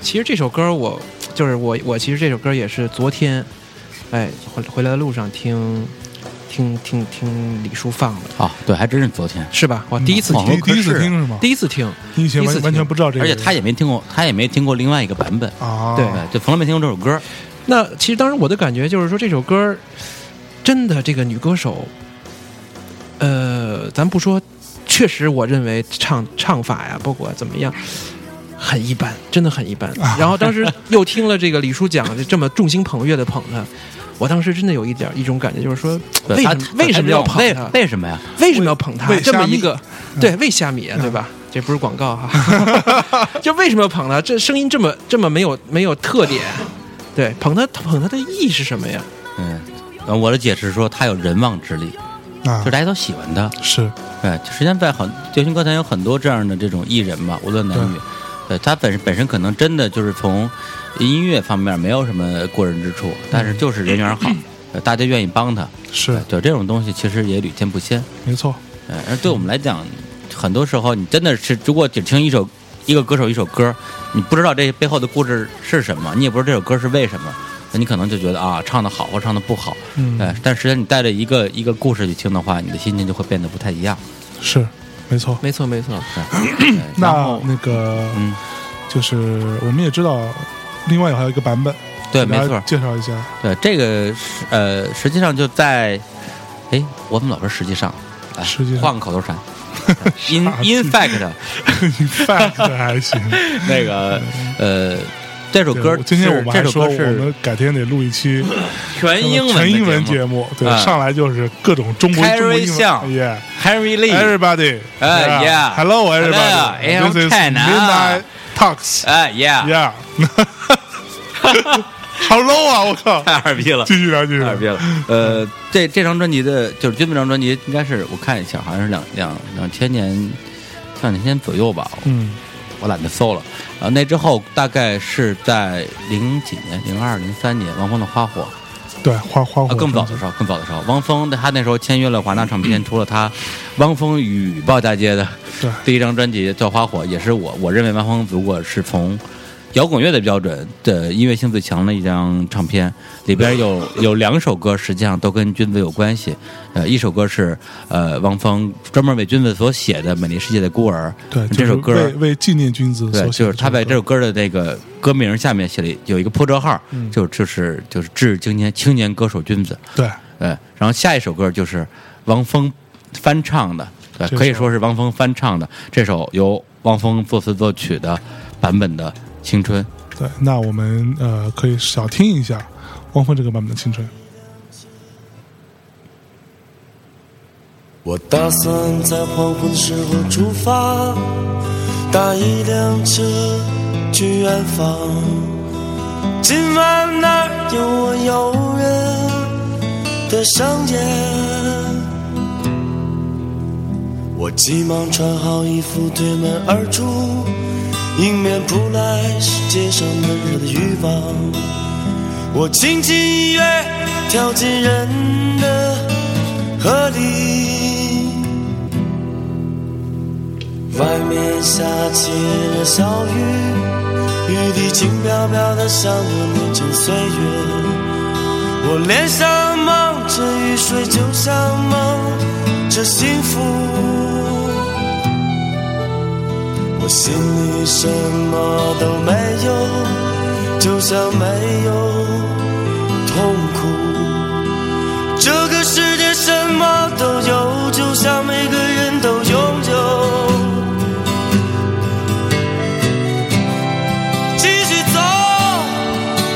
[SPEAKER 3] 其实这首歌我就是我我其实这首歌也是昨天，哎回回来的路上听听听听李叔放的，
[SPEAKER 2] 哦，对，还真是昨天。
[SPEAKER 3] 是吧？我第一次
[SPEAKER 2] 嗯
[SPEAKER 1] 第
[SPEAKER 3] 听，
[SPEAKER 1] 第一次
[SPEAKER 2] 是
[SPEAKER 1] 听是吗？
[SPEAKER 3] 第一次听，
[SPEAKER 1] 你以前
[SPEAKER 3] 第一次
[SPEAKER 1] 完
[SPEAKER 3] 听
[SPEAKER 1] 完全不知道这个
[SPEAKER 2] 而且
[SPEAKER 1] 人，
[SPEAKER 2] 他也没听过，他也没听过另外一个版本，
[SPEAKER 1] 啊，
[SPEAKER 3] 对
[SPEAKER 2] 对，就从来没听过这首歌。
[SPEAKER 3] 那其实当时我的感觉就是说，这首歌儿真的这个女歌手，呃，咱不说，确实我认为唱唱法呀，包括怎么样，很一般，真的很一般。
[SPEAKER 2] 啊
[SPEAKER 3] 然后当时又听了这个李叔讲这这么众星捧月的捧她，我当时真的有一点一种感觉，就是说，
[SPEAKER 2] 对
[SPEAKER 3] 为
[SPEAKER 2] 他
[SPEAKER 3] 什么为什么要捧
[SPEAKER 2] 为
[SPEAKER 3] 她？
[SPEAKER 2] 为什么呀？
[SPEAKER 3] 为什么要捧他？
[SPEAKER 1] 为
[SPEAKER 3] 这么
[SPEAKER 1] 虾米
[SPEAKER 3] 一个，对，为虾米啊，对吧？这不是广告哈， 就为什么要捧他？这声音这么这么没有没有特点，对，捧他捧他的意义是什么呀？
[SPEAKER 2] 嗯，呃我的解释说他有人望之力，
[SPEAKER 1] 啊
[SPEAKER 2] 就大家都喜欢他。
[SPEAKER 1] 是
[SPEAKER 2] 对，就实际上在很流行歌坛有很多这样的这种艺人嘛，无论男女，对他本身本身可能真的就是从音乐方面没有什么过人之处，但是就是人缘 好，呃大家愿意帮他。
[SPEAKER 1] 是
[SPEAKER 2] 就这种东西其实也屡见不鲜。
[SPEAKER 1] 没错，
[SPEAKER 2] 嗯，而对我们来讲，很多时候你真的是，如果只听一首一个歌手一首歌，你不知道这背后的故事是什么，你也不知道这首歌是为什么，那你可能就觉得啊，唱的好或唱的不好。
[SPEAKER 1] 嗯
[SPEAKER 2] 哎，但实际上你带着一个一个故事去听的话，你的心情就会变得不太一样。
[SPEAKER 1] 是没错。
[SPEAKER 3] 没错没错，
[SPEAKER 2] 对然
[SPEAKER 1] 那
[SPEAKER 2] 后
[SPEAKER 1] 那个
[SPEAKER 2] 嗯，
[SPEAKER 1] 就是我们也知道，另外还有一个版本，
[SPEAKER 2] 对，
[SPEAKER 1] 给
[SPEAKER 2] 没
[SPEAKER 1] 大家
[SPEAKER 2] 错，
[SPEAKER 1] 介绍一下
[SPEAKER 2] 对这个是呃，实际上就在，哎，我怎么老说实际上？哎
[SPEAKER 1] 实际上
[SPEAKER 2] 换个口头 禅，in in fact，
[SPEAKER 1] ，in fact 还行。
[SPEAKER 2] 那个呃，这首
[SPEAKER 1] 对
[SPEAKER 2] 歌
[SPEAKER 1] 我今天
[SPEAKER 2] 是
[SPEAKER 1] 我们还
[SPEAKER 2] 这首
[SPEAKER 1] 说，
[SPEAKER 2] 歌
[SPEAKER 1] 我
[SPEAKER 2] 是
[SPEAKER 1] 们改天得录一期
[SPEAKER 2] 全英文的
[SPEAKER 1] 全英文
[SPEAKER 2] 节
[SPEAKER 1] 节
[SPEAKER 2] 目。
[SPEAKER 1] 目，对，
[SPEAKER 2] 嗯
[SPEAKER 1] 上来就是各种中国
[SPEAKER 2] Carry
[SPEAKER 1] 中国英
[SPEAKER 2] 像
[SPEAKER 1] 文耶
[SPEAKER 2] Harry Lee，
[SPEAKER 1] Everybody，
[SPEAKER 2] 哎 yeah
[SPEAKER 1] hello
[SPEAKER 2] Hello,
[SPEAKER 1] everybody，this is
[SPEAKER 2] China
[SPEAKER 1] midnight talks，
[SPEAKER 2] 哎 yeah，
[SPEAKER 1] yeah， 好 low 啊！我 靠，
[SPEAKER 2] 太 二逼了，
[SPEAKER 1] 继续聊，继续
[SPEAKER 2] 太
[SPEAKER 1] 聊
[SPEAKER 2] 二逼了。呃，这这张专辑的，就是《军民》这张专辑，应该是我看一下，好像是两两两千年，两千年左右吧。我
[SPEAKER 1] 嗯，
[SPEAKER 2] 我懒得搜了。然后那之后，大概是在零几年，零二零三年，王峰的《花火》
[SPEAKER 1] 对，花花火
[SPEAKER 2] 啊，更早的时候，更早的时候，汪峰他那时候签约了华纳唱片，出了他《汪峰与鲍大街》的
[SPEAKER 1] 对
[SPEAKER 2] 第一张专辑叫《花火》，也是我我认为汪峰如果是从摇滚乐的标准的音乐性最强的一张唱片，里边有有两首歌实际上都跟君子有关系，呃，一首歌是呃汪峰专门为君子所写的《美丽世界的孤儿》，
[SPEAKER 1] 对，就
[SPEAKER 2] 这
[SPEAKER 1] 是
[SPEAKER 2] 首歌
[SPEAKER 1] 为为纪念君子
[SPEAKER 2] 对，
[SPEAKER 1] 所写
[SPEAKER 2] 就
[SPEAKER 1] 的
[SPEAKER 2] 是他在这首歌的那个歌名下面写了一有一个破折号，
[SPEAKER 1] 嗯
[SPEAKER 2] 就就是就是致青年青年歌手君子，
[SPEAKER 1] 对
[SPEAKER 2] 对，呃然后下一首歌就是汪峰翻唱的，对，
[SPEAKER 1] 这首
[SPEAKER 2] 可以说是汪峰翻唱的这首由汪峰作词作曲的版本的《青春》。
[SPEAKER 1] 对，那我们呃可以小听一下汪峰这个版本的《青春》。
[SPEAKER 4] 我打算在黄昏时候出发，搭一辆车去远方。今晚那儿有我遥远的商店。我急忙穿好衣服，推门而出，迎面扑来是街上闷热的欲望。我轻轻一跃，跳进人的河里。外面下起了小雨，雨滴轻飘飘的，像我年轻岁月。我脸上蒙着雨水，就像蒙着幸福。我心里什么都没有，就像没有痛苦。这个世界什么都有，就像每个人都拥有。继续走，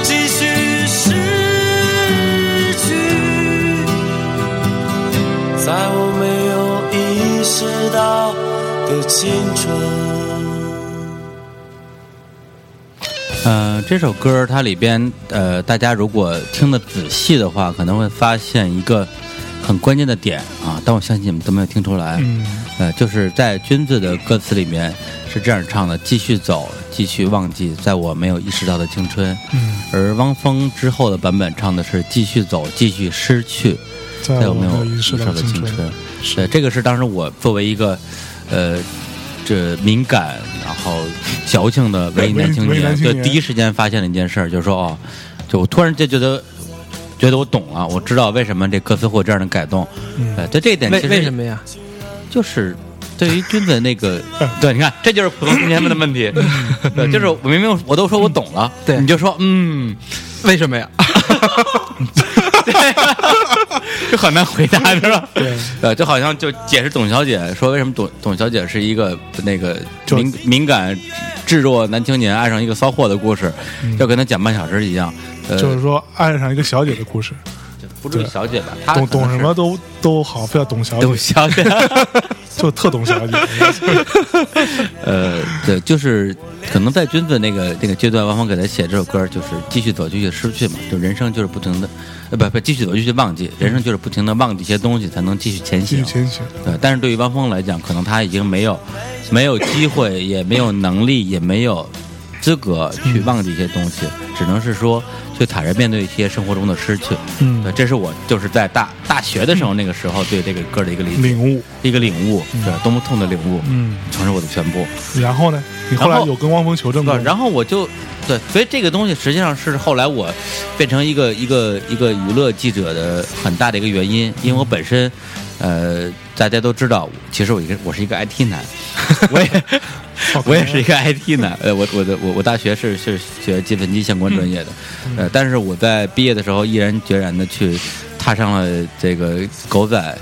[SPEAKER 4] 继续失去。在我没有意识到的青春。
[SPEAKER 2] 呃，这首歌它里边呃，大家如果听的仔细的话，可能会发现一个很关键的点啊，但我相信你们都没有听出来。
[SPEAKER 1] 嗯，
[SPEAKER 2] 呃，就是在君子的歌词里面是这样唱的：“继续走，继续忘记，在我没有意识到的青春。”
[SPEAKER 1] 嗯，
[SPEAKER 2] 而汪峰之后的版本唱的是“继续走，继续失去，
[SPEAKER 1] 在我
[SPEAKER 2] 我嗯没
[SPEAKER 1] 没有
[SPEAKER 2] 有意
[SPEAKER 1] 意
[SPEAKER 2] 识
[SPEAKER 1] 识
[SPEAKER 2] 到
[SPEAKER 1] 到
[SPEAKER 2] 的
[SPEAKER 1] 的
[SPEAKER 2] 青
[SPEAKER 1] 青
[SPEAKER 2] 春
[SPEAKER 1] 春”。
[SPEAKER 2] 对，这个是当时我作为一个，呃，这敏感然后矫情的文艺男青
[SPEAKER 1] 文艺
[SPEAKER 2] 年，
[SPEAKER 1] 男青
[SPEAKER 2] 就
[SPEAKER 1] 年
[SPEAKER 2] 第一时间发现了一件事儿，就是说哦，就我突然就觉得。觉得我懂了，我知道为什么这歌词会有这样的改动。
[SPEAKER 1] 嗯
[SPEAKER 2] 呃，对这一点，
[SPEAKER 3] 为为什么呀？
[SPEAKER 2] 就是 对于君子那 个，对，你看，这就是普通青年们的问题。对，就是我明明我都说我懂了，
[SPEAKER 3] 对
[SPEAKER 2] 你就说嗯，
[SPEAKER 3] 为什么呀？
[SPEAKER 2] 就很难回答，是吧？对，呃，就好像就解释董小姐说为什么董董小姐是一个那个
[SPEAKER 1] 就
[SPEAKER 2] 敏敏感智弱男青年爱上一个骚货的故事，要跟他讲半小时一样。呃，
[SPEAKER 1] 嗯就是说爱上一个小姐的 故事，
[SPEAKER 2] 不至于小姐吧？她
[SPEAKER 1] 懂
[SPEAKER 2] 可能
[SPEAKER 1] 懂什
[SPEAKER 2] 是
[SPEAKER 1] 么？都都好，非要懂小
[SPEAKER 2] 董
[SPEAKER 1] 姐，
[SPEAKER 2] 小姐，
[SPEAKER 1] 就特懂小姐。
[SPEAKER 2] 呃，对，就是可能在君子那个那个阶段，王峰给他写这首歌，就是继续走，继续失去嘛，就人生就是不停的，呃，不不，继续走，继续忘记，人生就是不停的忘记一些东西，才能继续前
[SPEAKER 1] 继
[SPEAKER 2] 行
[SPEAKER 1] 续。前行，
[SPEAKER 2] 对，呃但是对于汪峰来讲，可能他已经没有没有机会，也没有能力，也没有资格去
[SPEAKER 1] 嗯
[SPEAKER 2] 忘记一些东西，只能是说去坦然面对一些生活中的失去。
[SPEAKER 1] 嗯
[SPEAKER 2] 对，这是我就是在大大学的时候那个时候对这个歌的一个理解，
[SPEAKER 1] 领悟。
[SPEAKER 2] 一个领悟，对，多么痛的领悟，
[SPEAKER 1] 嗯，
[SPEAKER 2] 成是我的全部。
[SPEAKER 1] 然后呢？你后来
[SPEAKER 2] 然后
[SPEAKER 1] 有跟汪峰求证
[SPEAKER 2] 对
[SPEAKER 1] 过
[SPEAKER 2] 吧？
[SPEAKER 1] 吗？
[SPEAKER 2] 然后我就对，所以这个东西实际上是后来我变成一个一个一个娱乐记者的很大的一个原因，因为我本身，呃，大家都知道，其实我一个我是一个 IT 男，我也我也是一个 IT 男，呃，我我的我我大学是是学计算机相关专业的，呃，但是我在毕业的时候毅然决然的去踏上了这个狗仔。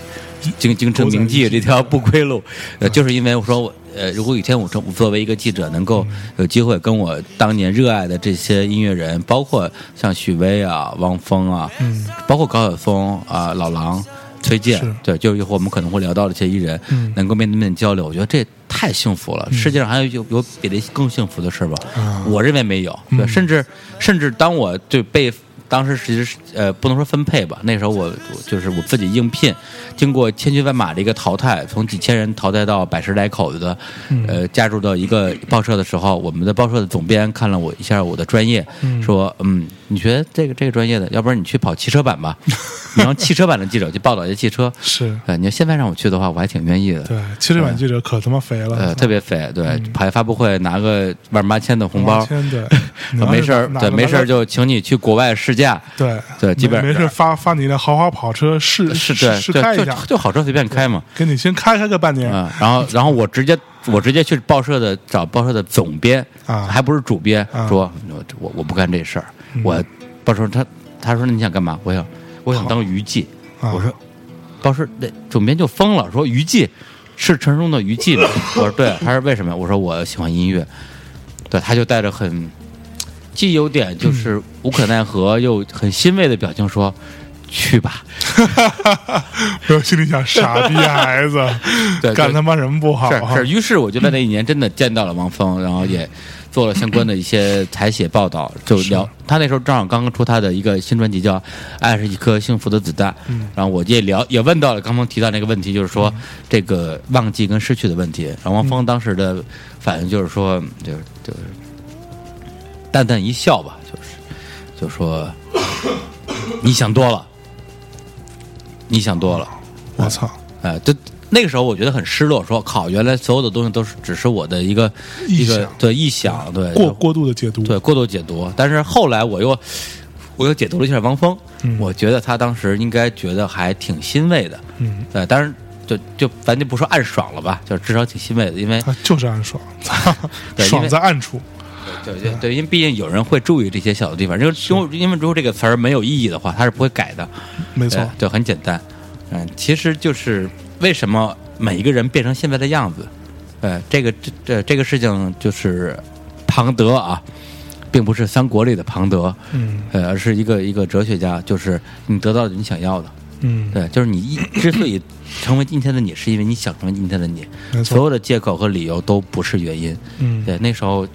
[SPEAKER 2] 京京城名记这条不归路，
[SPEAKER 1] 嗯
[SPEAKER 2] 呃，就是因为我说我，呃，如果有一天我成我作为一个记者能
[SPEAKER 1] 嗯
[SPEAKER 2] 够有机会跟我当年热爱的这些音乐人，包括像许巍啊、汪峰啊，
[SPEAKER 1] 嗯，
[SPEAKER 2] 包括高晓松啊、老狼、崔健
[SPEAKER 1] 是，
[SPEAKER 2] 对，就一会儿我们可能会聊到的这些艺人，
[SPEAKER 1] 嗯
[SPEAKER 2] 能够面对面交流，我觉得这太幸福了，世界上还有有有比这更幸福的事吧？
[SPEAKER 1] 啊
[SPEAKER 2] 我认为没有，
[SPEAKER 1] 嗯
[SPEAKER 2] 对，甚至甚至当我就被当时其实是呃不能说分配吧，那时候我我就是我自己应聘，经过千军万马的一个淘汰，从几千人淘汰到百十来口的，
[SPEAKER 1] 嗯
[SPEAKER 2] 呃，加入到一个报社的时候，我们的报社的总编看了我一下我的专业，说嗯，你学这个这个专业的，要不然你去跑汽车 版吧，你让汽车版的记者去报道一些汽车，
[SPEAKER 1] 是
[SPEAKER 2] 呃，你要现在让我去的话，我还挺愿意的。
[SPEAKER 1] 对，嗯汽车版记者可他妈肥了，
[SPEAKER 2] 呃，特别肥，对，跑一发布会拿个万八千的红包，，
[SPEAKER 1] 天对
[SPEAKER 2] 没事儿，
[SPEAKER 1] 哪
[SPEAKER 2] 对，
[SPEAKER 1] 个
[SPEAKER 2] 没事儿就请你去国外试驾，
[SPEAKER 1] 对
[SPEAKER 2] 对基本上
[SPEAKER 1] 没没
[SPEAKER 2] 是
[SPEAKER 1] 事发发你的豪华跑车试
[SPEAKER 2] 是
[SPEAKER 1] 试
[SPEAKER 2] 对，
[SPEAKER 1] 试
[SPEAKER 2] 对
[SPEAKER 1] 开一
[SPEAKER 2] 就
[SPEAKER 1] 下，
[SPEAKER 2] 就好车随便开嘛，
[SPEAKER 1] 给你先开开个半年，
[SPEAKER 2] 啊，然后然后我直接我直接去报社的找报社的总编
[SPEAKER 1] 啊
[SPEAKER 2] 还不是主编
[SPEAKER 1] 啊，嗯
[SPEAKER 2] 说我我我不干这事儿，我报社他他说你想干嘛？我想我想当娱记，
[SPEAKER 1] 啊
[SPEAKER 2] 我说报社那总编就疯了，说娱记是陈忠的娱记吗？ 我说对，他说为什么？我说我喜欢音乐，对，他就带着很既有点
[SPEAKER 1] 嗯
[SPEAKER 2] 就是无可奈何又很欣慰的表情说。去吧，
[SPEAKER 1] 没有心里想傻逼孩子
[SPEAKER 2] 对，
[SPEAKER 1] 干
[SPEAKER 2] 对
[SPEAKER 1] 他妈什么不好啊？
[SPEAKER 2] 是是，于是我就在那一年真的见到了王峰，然后也做了相关的一些采写报道，就聊他那时候正好刚刚出他的一个新专辑叫《爱是一颗幸福的子弹》，然后我也聊也问到了刚刚提到那个问题，就是说这个忘记跟失去的问题。然后王峰当时的反应就是说，就是就是淡淡一笑吧，就是就说 你想多了，你想多了。
[SPEAKER 1] 我操，
[SPEAKER 2] 哎，就那个时候我觉得很失落，说靠，原来所有的东西都是只是我的一个
[SPEAKER 1] 臆
[SPEAKER 2] 一个
[SPEAKER 1] 想
[SPEAKER 2] 对臆想，对
[SPEAKER 1] 过
[SPEAKER 2] 就
[SPEAKER 1] 过度的解读，
[SPEAKER 2] 对过度解读。但是后来我又我又解读了一下王峰，我觉得他当时应该觉得还挺欣慰的，
[SPEAKER 1] 嗯，
[SPEAKER 2] 对，当然。就就咱就不说暗爽了吧，就至少挺欣慰的，因为
[SPEAKER 1] 啊，就是暗爽，
[SPEAKER 2] 对因
[SPEAKER 1] 爽
[SPEAKER 2] 为
[SPEAKER 1] 在暗处，
[SPEAKER 2] 对对对，因为毕竟有人会注意这些小的地方，因为因为因为如果这个词儿没有意义的话，他是不会改的。
[SPEAKER 1] 没错
[SPEAKER 2] 对，对，很简单。嗯，其实就是为什么每一个人变成现在的样子，呃，这个这这这个事情就是庞德啊，并不是三国里的庞德，
[SPEAKER 1] 嗯
[SPEAKER 2] 呃，而是一个一个哲学家，就是你得到了你想要的，
[SPEAKER 1] 嗯，
[SPEAKER 2] 对，就 是你一之所以成为今天的你，是因为你想成为今天的你，
[SPEAKER 1] 没
[SPEAKER 2] 所
[SPEAKER 1] 错，
[SPEAKER 2] 有的借口和理由都不是原因，
[SPEAKER 1] 嗯
[SPEAKER 2] 对，那时候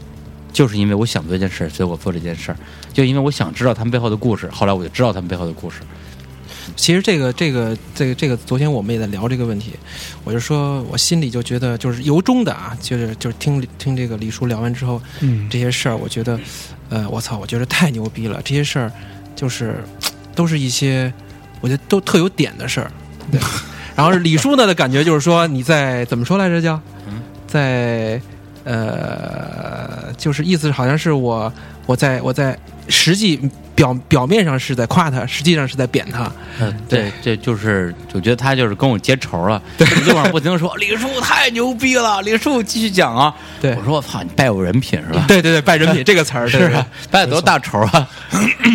[SPEAKER 2] 就是因为我想做这件事，所以我做这件事儿，就因为我想知道他们背后的故事，后来我就知道他们背后的故事，
[SPEAKER 3] 其实这个这个这个这个，昨天我们也在聊这个问题，我就说我心里就觉得就是由衷的啊，就是就是听听这个李叔聊完之后，
[SPEAKER 1] 嗯
[SPEAKER 3] 这些事儿，我觉得，呃，我操，我觉得太牛逼了，这些事儿就是都是一些我觉得都特有点的事儿， 对。然后李叔呢的感觉就是说你在怎么说来着叫
[SPEAKER 2] 嗯，
[SPEAKER 3] 在呃，就是意思好像是我我在我在实际表表面上是在夸他，实际上是在贬他。
[SPEAKER 2] 嗯，对，这就是我觉得他就是跟我结仇了，一晚上不停地说李叔太牛逼了，李叔继续讲啊。
[SPEAKER 3] 对
[SPEAKER 2] 我说我操，你败我人品是吧？
[SPEAKER 3] 对对对，拜人品 这个词儿
[SPEAKER 2] 是啊，败多大仇啊？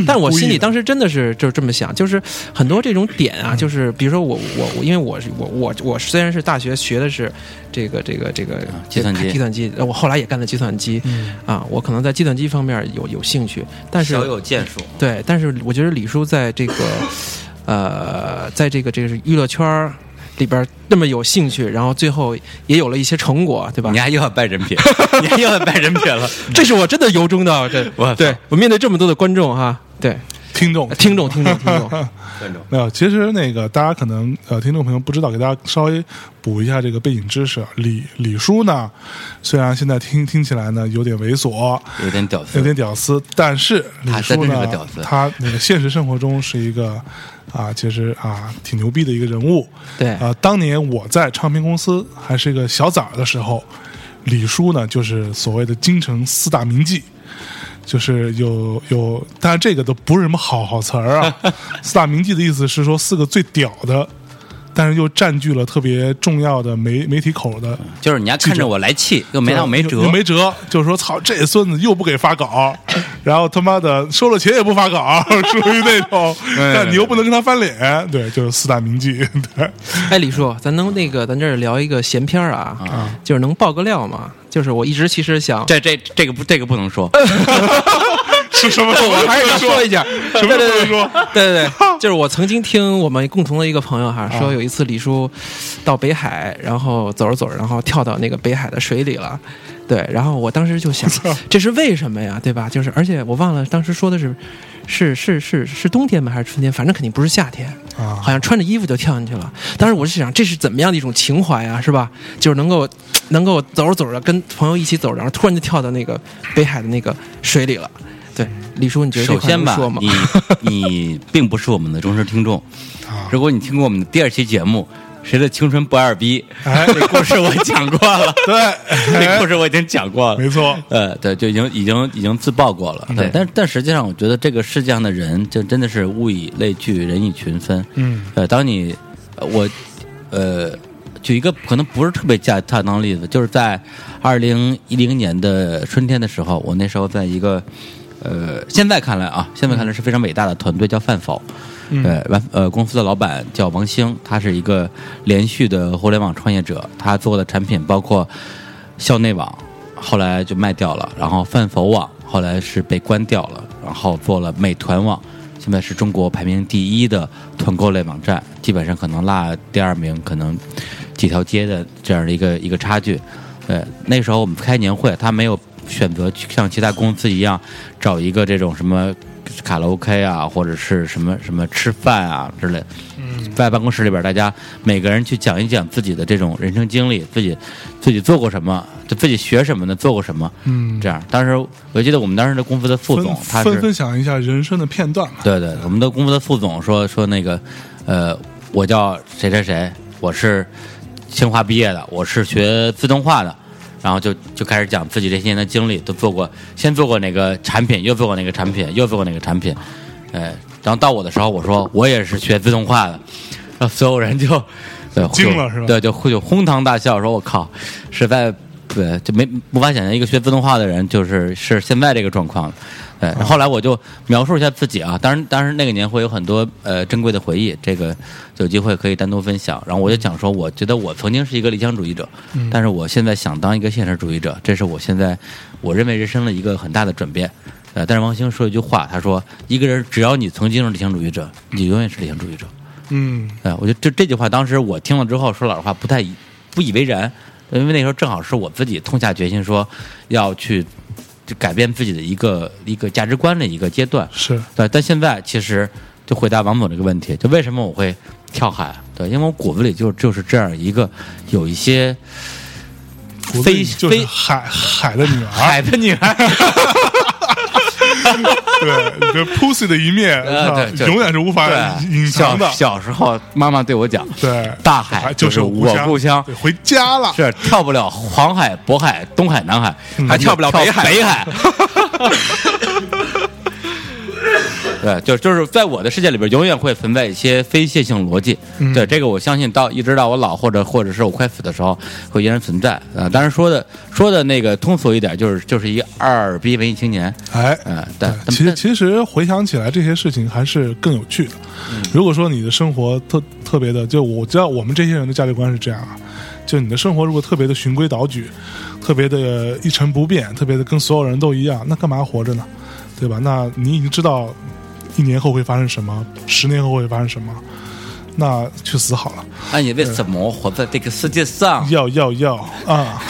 [SPEAKER 3] 但我
[SPEAKER 1] 故意
[SPEAKER 3] 心里
[SPEAKER 1] 的
[SPEAKER 3] 当时真的是就是这么想，就是很多这种点啊，就是比如说我我我，因为我是我我我虽然是大学学的是这个这个这个
[SPEAKER 2] 啊计算机嗯
[SPEAKER 3] 计算机，呃我后来也干了计算机，啊，我可能在计算机方面有有兴趣，但是
[SPEAKER 2] 建树，
[SPEAKER 3] 对，但是我觉得李叔在这个呃，在这个这个是娱乐圈儿里边儿那么有兴趣，然后最后也有了一些成果，对 吧
[SPEAKER 2] 你？还又要败人品，你还又要败人品了。
[SPEAKER 3] 这是我真的由衷的，这
[SPEAKER 2] 我操
[SPEAKER 3] 对我面对这么多的观众哈，对
[SPEAKER 1] 听懂
[SPEAKER 3] 听众听众听众，
[SPEAKER 1] 没有，其实那个大家可能呃，听众朋友不知道，给大家稍微补一下这个背景知识。啊李李叔呢，虽然现在听听起来呢有点猥琐，
[SPEAKER 2] 有点屌丝，
[SPEAKER 1] 有点屌丝，但是李
[SPEAKER 2] 他真
[SPEAKER 1] 叔
[SPEAKER 2] 是
[SPEAKER 1] 呢
[SPEAKER 2] 个屌丝，
[SPEAKER 1] 他那个现实生活中是一个啊，其实啊挺牛逼的一个人物。
[SPEAKER 3] 对
[SPEAKER 1] 啊、当年我在唱片公司还是一个小崽儿的时候，李叔呢就是所谓的京城四大名妓。就是有有，但是这个都不是什么好好词儿 啊。四大名妓的意思是说四个最屌的，但是又占据了特别重要的媒媒体口的
[SPEAKER 2] 就是你还看着我来气，又没让我没
[SPEAKER 1] 又
[SPEAKER 2] 辙
[SPEAKER 1] 又。没辙，就是说操，这孙子又不给发稿，然后他妈的收了钱也不发稿， 属于那种，但你又不能跟他翻脸，对，就是四大名妓，对，
[SPEAKER 3] 哎，李叔，咱能那个咱这儿聊一个闲篇儿啊，就是能爆个料吗？就是我一直其实想，
[SPEAKER 2] 这这这个不这个不能说，
[SPEAKER 1] 是什么？
[SPEAKER 3] 我还是要
[SPEAKER 1] 说
[SPEAKER 3] 说一下，
[SPEAKER 1] 什么都
[SPEAKER 3] 对对
[SPEAKER 1] 能
[SPEAKER 3] 对
[SPEAKER 1] 说，
[SPEAKER 3] 对对对，就是我曾经听我们共同的一个朋友哈说，有一次李叔到北海，然后走着走着，然后跳到那个北海的水里了。对，然后我当时就想， 这是为什么呀？对吧？就是，而且我忘了当时说的是，是是是是冬天吗？还是春天？反正肯定不是夏天。
[SPEAKER 1] 啊
[SPEAKER 3] 好像穿着衣服就跳进去了。当时我是想，这是怎么样的一种情怀啊，是吧？就是能够，能够走着走着跟朋友一起走着，然后突然就跳到那个北海的那个水里了。对，李叔，你觉得这
[SPEAKER 2] 首
[SPEAKER 3] 块
[SPEAKER 2] 先
[SPEAKER 3] 能
[SPEAKER 2] 吧
[SPEAKER 3] 说吗，？
[SPEAKER 2] 你你并不是我们的忠实听众。
[SPEAKER 1] 啊！
[SPEAKER 2] 如果你听过我们的第二期节目《谁的青春不二逼》，
[SPEAKER 1] 哎
[SPEAKER 2] 这故事我讲过了，
[SPEAKER 1] 对，
[SPEAKER 2] 这
[SPEAKER 1] 哎
[SPEAKER 2] 故事我已经讲过了，
[SPEAKER 1] 没错
[SPEAKER 2] 呃，对，就已经已经已经自曝过了。对，但但实际上，我觉得这个世界上的人，就真的是物以类聚，人以群分。
[SPEAKER 1] 嗯，
[SPEAKER 2] 呃，当你呃我呃举一个可能不是特别恰恰当的例子，就是在二零一零年的春天的时候，我那时候在一个呃，现在看来啊，现在看来是非常伟大的团队，叫饭否。对，完呃，公司的老板叫王兴，他是一个连续的互联网创业者，他做的产品包括校内网，后来就卖掉了，然后饭否网后来是被关掉了，然后做了美团网，现在是中国排名第一的团购类网站，基本上可能落第二名，可能几条街的这样的一个一个差距。对，那时候我们开年会，他没有选择去像其他公司一样找一个这种什么卡拉 OK 啊，或者是什么什么吃饭啊之类。
[SPEAKER 1] 嗯
[SPEAKER 2] 在办公室里边，大家每个人去讲一讲自己的这种人生经历，自己自己做过什么，就自己学什么的，做过什么。
[SPEAKER 1] 嗯，
[SPEAKER 2] 这样，当时我记得我们当时的公司的副总，他
[SPEAKER 1] 分
[SPEAKER 2] 是
[SPEAKER 1] 分分享一下人生的片段嘛。
[SPEAKER 2] 对对，我们的公司的副总说说那个，呃，我叫谁谁谁，我是清华毕业的，我是学自动化的，然后就就开始讲自己这些年的经历，都做过，先做过哪个产品，又做过哪个产品，又做过哪个产品，呃，然后到我的时候，我说我也是学自动化的，然后所有人就对
[SPEAKER 1] 惊了
[SPEAKER 2] 就是
[SPEAKER 1] 吧
[SPEAKER 2] 对，就就哄堂大笑，说我靠，实在对，就没无法想象一个学自动化的人就是是现在这个状况。对，
[SPEAKER 1] 啊
[SPEAKER 2] 后来我就描述一下自己啊，当然，当然那个年会有很多呃珍贵的回忆，这个有机会可以单独分享。然后我就讲说，我觉得我曾经是一个理想主义者，
[SPEAKER 1] 嗯
[SPEAKER 2] 但是我现在想当一个现实主义者，这是我现在我认为人生的一个很大的转变。呃，但是王兴说一句话，他说：“一个人只要你曾经是理想主义者，你永远是理想主义者。”
[SPEAKER 1] 嗯，
[SPEAKER 2] 哎，我觉得这这句话当时我听了之后，说老实话不太以不以为然，因为那时候正好是我自己痛下决心说要去就改变自己的一个一个价值观的一个阶段。
[SPEAKER 1] 是
[SPEAKER 2] 对，但现在其实就回答王总这个问题，就为什么我会跳海？对，因为我骨子里就就是这样一个有一些
[SPEAKER 1] 骨子
[SPEAKER 2] 非
[SPEAKER 1] 里就是
[SPEAKER 2] 非
[SPEAKER 1] 海海的女儿，
[SPEAKER 2] 海的女孩。
[SPEAKER 1] 对，你这 pussy 的一面，
[SPEAKER 2] 呃，
[SPEAKER 1] 是吧
[SPEAKER 2] 对，
[SPEAKER 1] 永远是无法
[SPEAKER 2] 对
[SPEAKER 1] 隐藏的
[SPEAKER 2] 小。小时候，妈妈对我讲，
[SPEAKER 1] 对，
[SPEAKER 2] 大海
[SPEAKER 1] 就是
[SPEAKER 2] 我
[SPEAKER 1] 故
[SPEAKER 2] 故乡
[SPEAKER 1] 对，回家了。
[SPEAKER 2] 是跳不了黄海、渤海、东海、南海，还
[SPEAKER 3] 跳不了
[SPEAKER 2] 北
[SPEAKER 3] 北海
[SPEAKER 2] 北海。 对，就就是在我的世界里边，永远会存在一些非线性逻辑。对这个，我相信到一直到我老或者或者是我快死的时候，会依然存在啊、呃当然说的说的那个通俗一点，就是就是一个二逼文艺青年。
[SPEAKER 1] 哎，
[SPEAKER 2] 嗯、但但
[SPEAKER 1] 其实其实回想起来，这些事情还是更有趣的。如果说你的生活特特别的，就我知道我们这些人的价值观是这样啊，就你的生活如果特别的循规蹈矩，特别的一成不变，特别的跟所有人都一样，那干嘛活着呢？对吧？那你已经知道一年后会发生什么，十年后会发生什么，那去死好了。
[SPEAKER 2] 那你为什么活在这个世界上？
[SPEAKER 1] 要要要啊！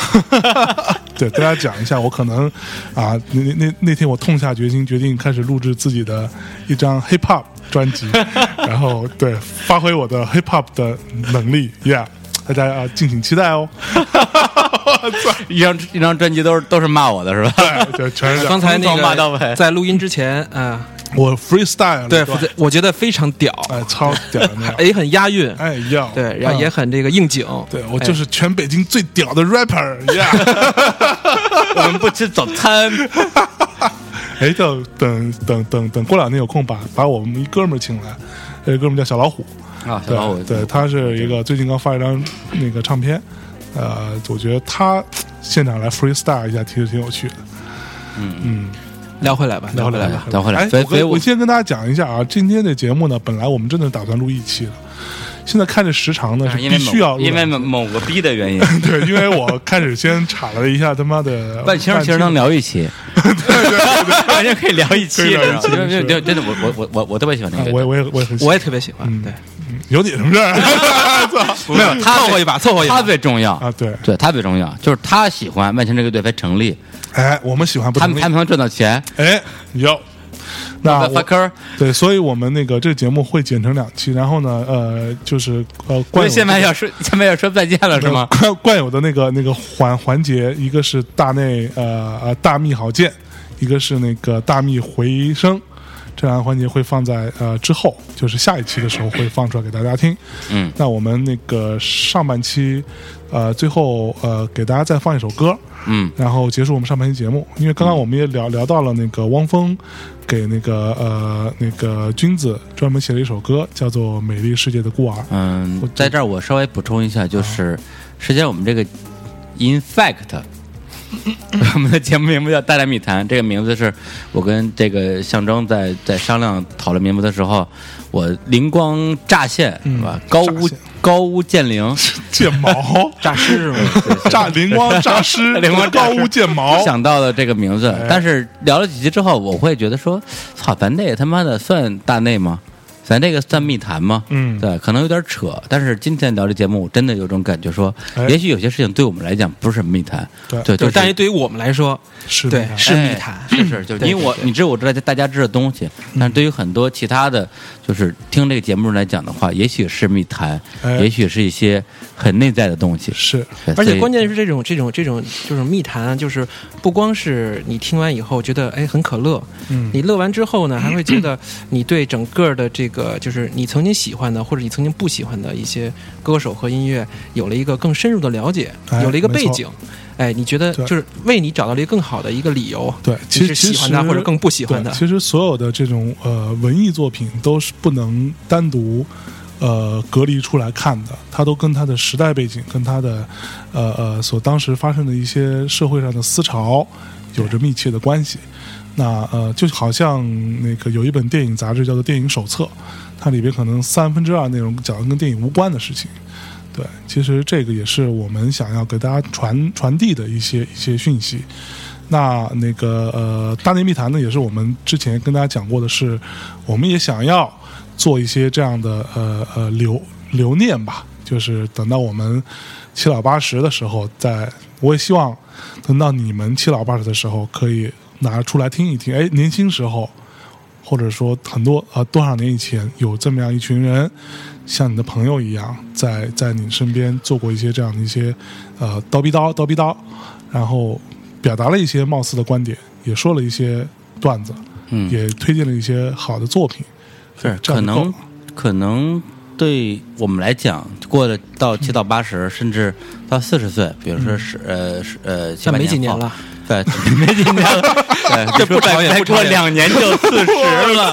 [SPEAKER 1] 对，大家讲一下，我可能啊，那那那那天我痛下决心，决定开始录制自己的一张 hip hop 专辑，然后对，发挥我的 hip hop 的能力，yeah，大家啊敬请期待 哦。
[SPEAKER 2] 一张一张专辑都是都是骂我的是吧？
[SPEAKER 1] 对，就 全是这样
[SPEAKER 3] 刚才那
[SPEAKER 2] 从头骂到尾
[SPEAKER 3] 个在录音之前啊，
[SPEAKER 1] 我 freestyle 了一
[SPEAKER 3] 对
[SPEAKER 1] 嗯段，
[SPEAKER 3] 我觉得非常屌，
[SPEAKER 1] 哎，超屌的那样，
[SPEAKER 3] 也很押韵，
[SPEAKER 1] 哎要
[SPEAKER 3] 对，然
[SPEAKER 1] 嗯
[SPEAKER 3] 后也很这个应景。哎
[SPEAKER 1] 对我就是全北京最屌的 rapper，yeah。
[SPEAKER 2] 我们不吃早餐，
[SPEAKER 1] 哎，就等等等等，过两天有空把把我们一哥们儿请来，这哥们儿叫小老虎
[SPEAKER 2] 啊小
[SPEAKER 1] 对
[SPEAKER 2] 老虎
[SPEAKER 1] 对，他是一个最近刚发了一张那个唱片，呃，我觉得他现场来 freestyle 一下，其实挺有趣的。
[SPEAKER 3] 聊回来吧，聊回来吧。
[SPEAKER 1] 吧，
[SPEAKER 2] 等会儿来
[SPEAKER 1] 哎，
[SPEAKER 2] 所以
[SPEAKER 1] 我
[SPEAKER 2] 所以
[SPEAKER 1] 跟
[SPEAKER 2] 我
[SPEAKER 1] 我先跟大家讲一下啊，今天的节目呢，本来我们真的打算录一期的，现在看这时长呢
[SPEAKER 2] 但
[SPEAKER 1] 是
[SPEAKER 2] 是啊因为
[SPEAKER 1] 必
[SPEAKER 2] 某
[SPEAKER 1] 须要录
[SPEAKER 2] 因为
[SPEAKER 1] 两期
[SPEAKER 2] 某某个逼的原因，
[SPEAKER 1] 对，因为我开始先查了一下他妈的
[SPEAKER 2] 半清儿其实能聊一期，
[SPEAKER 1] 对
[SPEAKER 2] 完全可以聊一期，
[SPEAKER 1] 可以聊一
[SPEAKER 2] 是吧
[SPEAKER 1] 期
[SPEAKER 2] 没有没有
[SPEAKER 1] 是
[SPEAKER 2] 没有真的，我我我我我特别喜欢那个乐
[SPEAKER 1] 啊我
[SPEAKER 2] 队
[SPEAKER 1] 也，我也我也很喜
[SPEAKER 3] 我
[SPEAKER 1] 欢
[SPEAKER 3] 也特别喜欢。对，
[SPEAKER 1] 有你什么事儿？ 操
[SPEAKER 2] 没有他
[SPEAKER 3] 凑合一把，凑合一
[SPEAKER 2] 他
[SPEAKER 3] 把。
[SPEAKER 2] 最重要
[SPEAKER 1] 啊！对，
[SPEAKER 2] 对他最重要，就是他喜欢万千这个队才成立，
[SPEAKER 1] 哎，我们喜欢不
[SPEAKER 2] 他
[SPEAKER 1] 同
[SPEAKER 2] 们
[SPEAKER 1] 意啊
[SPEAKER 2] 他们才能赚到钱。
[SPEAKER 1] 哎，有。那我
[SPEAKER 2] Motherfucker
[SPEAKER 1] 对，所以我们那个这个节目会剪成两期，然后呢，呃，就是呃，
[SPEAKER 2] 所
[SPEAKER 1] 惯有的
[SPEAKER 2] 以现在要说现在要说再见了是吗？？
[SPEAKER 1] 惯惯有的那个那个环环节，一个是大内呃呃大秘好剑，一个是那个大秘回声，这两个环节会放在呃之后，就是下一期的时候会放出来给大家听。
[SPEAKER 2] 嗯，
[SPEAKER 1] 那我们那个上半期，呃，最后呃给大家再放一首歌，
[SPEAKER 2] 嗯，
[SPEAKER 1] 然后结束我们上半期节目，因为刚刚我们也聊、聊到了那个汪峰给那个呃那个君子专门写了一首歌，叫做《美丽世界的孤儿》。我啊
[SPEAKER 2] 嗯，在这儿我稍微补充一下，就是实际上我们这个 In fact，我们的节目名字叫《大胆密谈》，这个名字是我跟这个象征在在商量讨论名字的时候，我灵光乍现，是吧？
[SPEAKER 1] 嗯
[SPEAKER 2] 高
[SPEAKER 1] 乍
[SPEAKER 2] 屋
[SPEAKER 1] 现
[SPEAKER 2] 高屋建瓴，
[SPEAKER 1] 剑 毛
[SPEAKER 3] 诈尸是吗？
[SPEAKER 1] 炸灵光诈尸，
[SPEAKER 2] 灵光诈
[SPEAKER 1] 高
[SPEAKER 2] 尸
[SPEAKER 1] 屋建毛，
[SPEAKER 2] 想到了这个名字
[SPEAKER 1] 哎，
[SPEAKER 2] 但是聊了几集之后，我会觉得说，操，咱这他妈的算大内吗？咱这个算密谈吗？
[SPEAKER 1] 嗯
[SPEAKER 2] 对，可能有点扯，但是今天聊这节目，我真的有种感觉说，
[SPEAKER 1] 哎
[SPEAKER 2] 也许有些事情对我们来讲不是密谈，
[SPEAKER 1] 对
[SPEAKER 2] 对，
[SPEAKER 3] 对，
[SPEAKER 2] 就
[SPEAKER 3] 但
[SPEAKER 2] 是
[SPEAKER 3] 是对于我们来说，
[SPEAKER 1] 是
[SPEAKER 3] 对
[SPEAKER 1] 那样
[SPEAKER 3] 是密谈
[SPEAKER 2] 哎是是，就是
[SPEAKER 3] 对
[SPEAKER 2] 因为我
[SPEAKER 3] 对对嗯
[SPEAKER 2] 你知道我知道大家知道的东西，但是对于很多其他的，就是听这个节目来讲的话，也许是密谈，
[SPEAKER 1] 哎
[SPEAKER 2] 也许是一些很内在的东西，
[SPEAKER 1] 是
[SPEAKER 2] 对
[SPEAKER 3] 而
[SPEAKER 2] 所
[SPEAKER 3] 且
[SPEAKER 2] 以
[SPEAKER 3] 关键是这种这种这种就是密谈，啊就是不光是你听完以后觉得哎很可乐，
[SPEAKER 1] 嗯
[SPEAKER 3] 你乐完之后呢，还会觉得你对整个的这个就是你曾经喜欢的或者你曾经不喜欢的一些歌手和音乐有了一个更深入的了解，
[SPEAKER 1] 哎
[SPEAKER 3] 有了一个
[SPEAKER 1] 没
[SPEAKER 3] 背
[SPEAKER 1] 错
[SPEAKER 3] 景。哎，你觉得
[SPEAKER 1] 对
[SPEAKER 3] 就是为你找到了一个更好的一个理由，
[SPEAKER 1] 对，
[SPEAKER 3] 你
[SPEAKER 1] 其
[SPEAKER 3] 是
[SPEAKER 1] 实
[SPEAKER 3] 喜欢他
[SPEAKER 1] 其实
[SPEAKER 3] 或者更不喜欢
[SPEAKER 1] 对
[SPEAKER 3] 他。
[SPEAKER 1] 其实所有的这种呃文艺作品都是不能单独呃隔离出来看的，它都跟它的时代背景、跟它的呃呃所当时发生的一些社会上的思潮有着密切的关系。那呃，就好像那个有一本电影杂志叫做《电影手册》，它里边可能三分之二内容讲的跟电影无关的事情。对，其实这个也是我们想要给大家传传递的一些一些讯息。那那个呃，大内密谈呢，也是我们之前跟大家讲过的是，我们也想要做一些这样的呃呃留留念吧，就是等到我们七老八十的时候再，我也希望等到你们七老八十的时候，可以拿出来听一听，哎，年轻时候。或者说很多啊、呃多少年以前有这么样一群人，像你的朋友一样，在在你身边做过一些这样的一些呃叨逼叨叨逼叨，然后表达了一些貌似的观点，也说了一些段子，
[SPEAKER 2] 嗯
[SPEAKER 1] 也推荐了一些好的作品，
[SPEAKER 2] 是
[SPEAKER 1] 这
[SPEAKER 2] 可
[SPEAKER 1] 样就够
[SPEAKER 2] 能
[SPEAKER 1] 了
[SPEAKER 2] 可能对我们来讲，过了到七到八十，甚至到四十岁，比如说是呃是呃，七
[SPEAKER 3] 但
[SPEAKER 2] 八
[SPEAKER 3] 没
[SPEAKER 2] 年
[SPEAKER 3] 几年
[SPEAKER 2] 后
[SPEAKER 3] 了，
[SPEAKER 2] 对，没几年了，对，这不
[SPEAKER 3] 长也
[SPEAKER 2] 再
[SPEAKER 3] 不
[SPEAKER 2] 过
[SPEAKER 3] 长也
[SPEAKER 2] 两年就四十了，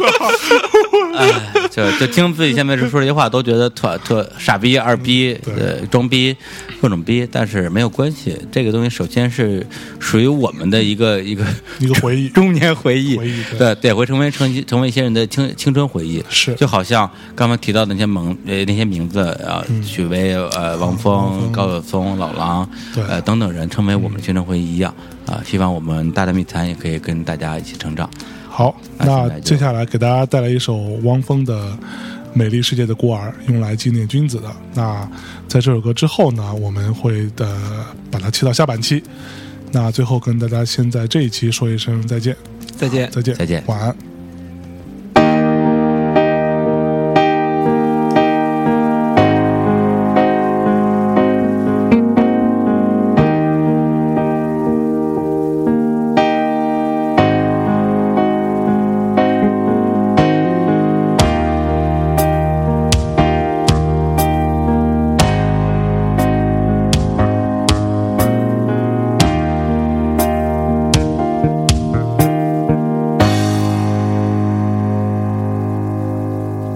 [SPEAKER 2] 哎，就就听自己现在说这些话，都觉得特特傻逼、二逼、
[SPEAKER 1] 对
[SPEAKER 2] 呃装逼、各种逼，但是没有关系，这个东西首先是属于我们的一个一个
[SPEAKER 1] 一个回 忆。
[SPEAKER 2] 中年回忆，
[SPEAKER 1] 回忆对
[SPEAKER 2] 对对，会成为成成为一些人的青青春回忆，
[SPEAKER 1] 是
[SPEAKER 2] 就好像刚刚提到的那些蒙呃那些名字啊，
[SPEAKER 1] 嗯
[SPEAKER 2] 许巍呃王峰、高晓松、老狼
[SPEAKER 1] 对嗯
[SPEAKER 2] 呃等等人，成为我们的青春回忆一样啊，希望我们大胆密谈也可以跟大家一起成长。
[SPEAKER 1] 好，
[SPEAKER 2] 那
[SPEAKER 1] 那
[SPEAKER 2] 现在就
[SPEAKER 1] 接下来给大家带来一首汪峰的《美丽世界的孤儿》，用来纪念君子的。那在这首歌之后呢，我们会呃把它切到下半期。那最后跟大家先在这一期说一声再见，
[SPEAKER 3] 再见。
[SPEAKER 1] 再见，
[SPEAKER 2] 再见
[SPEAKER 1] 晚安。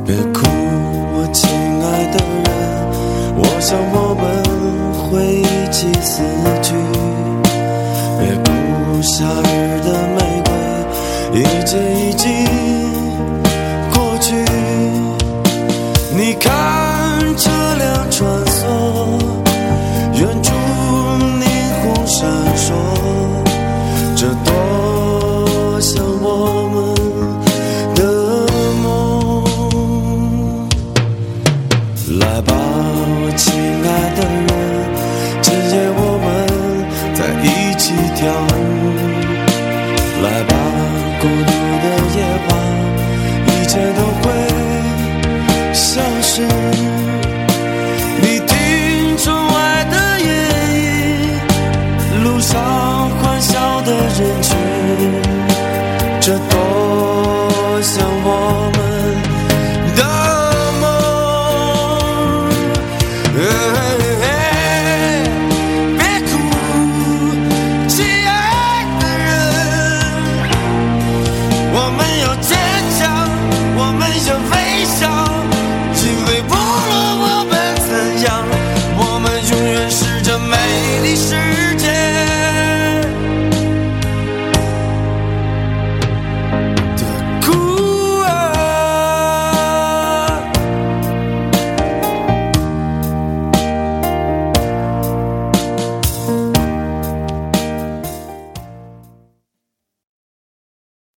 [SPEAKER 4] 别哭，我亲爱的人，我想我们会一起死去。别哭，夏日的玫瑰，一季一季过去。你看车辆穿梭，远处霓虹闪烁，这多我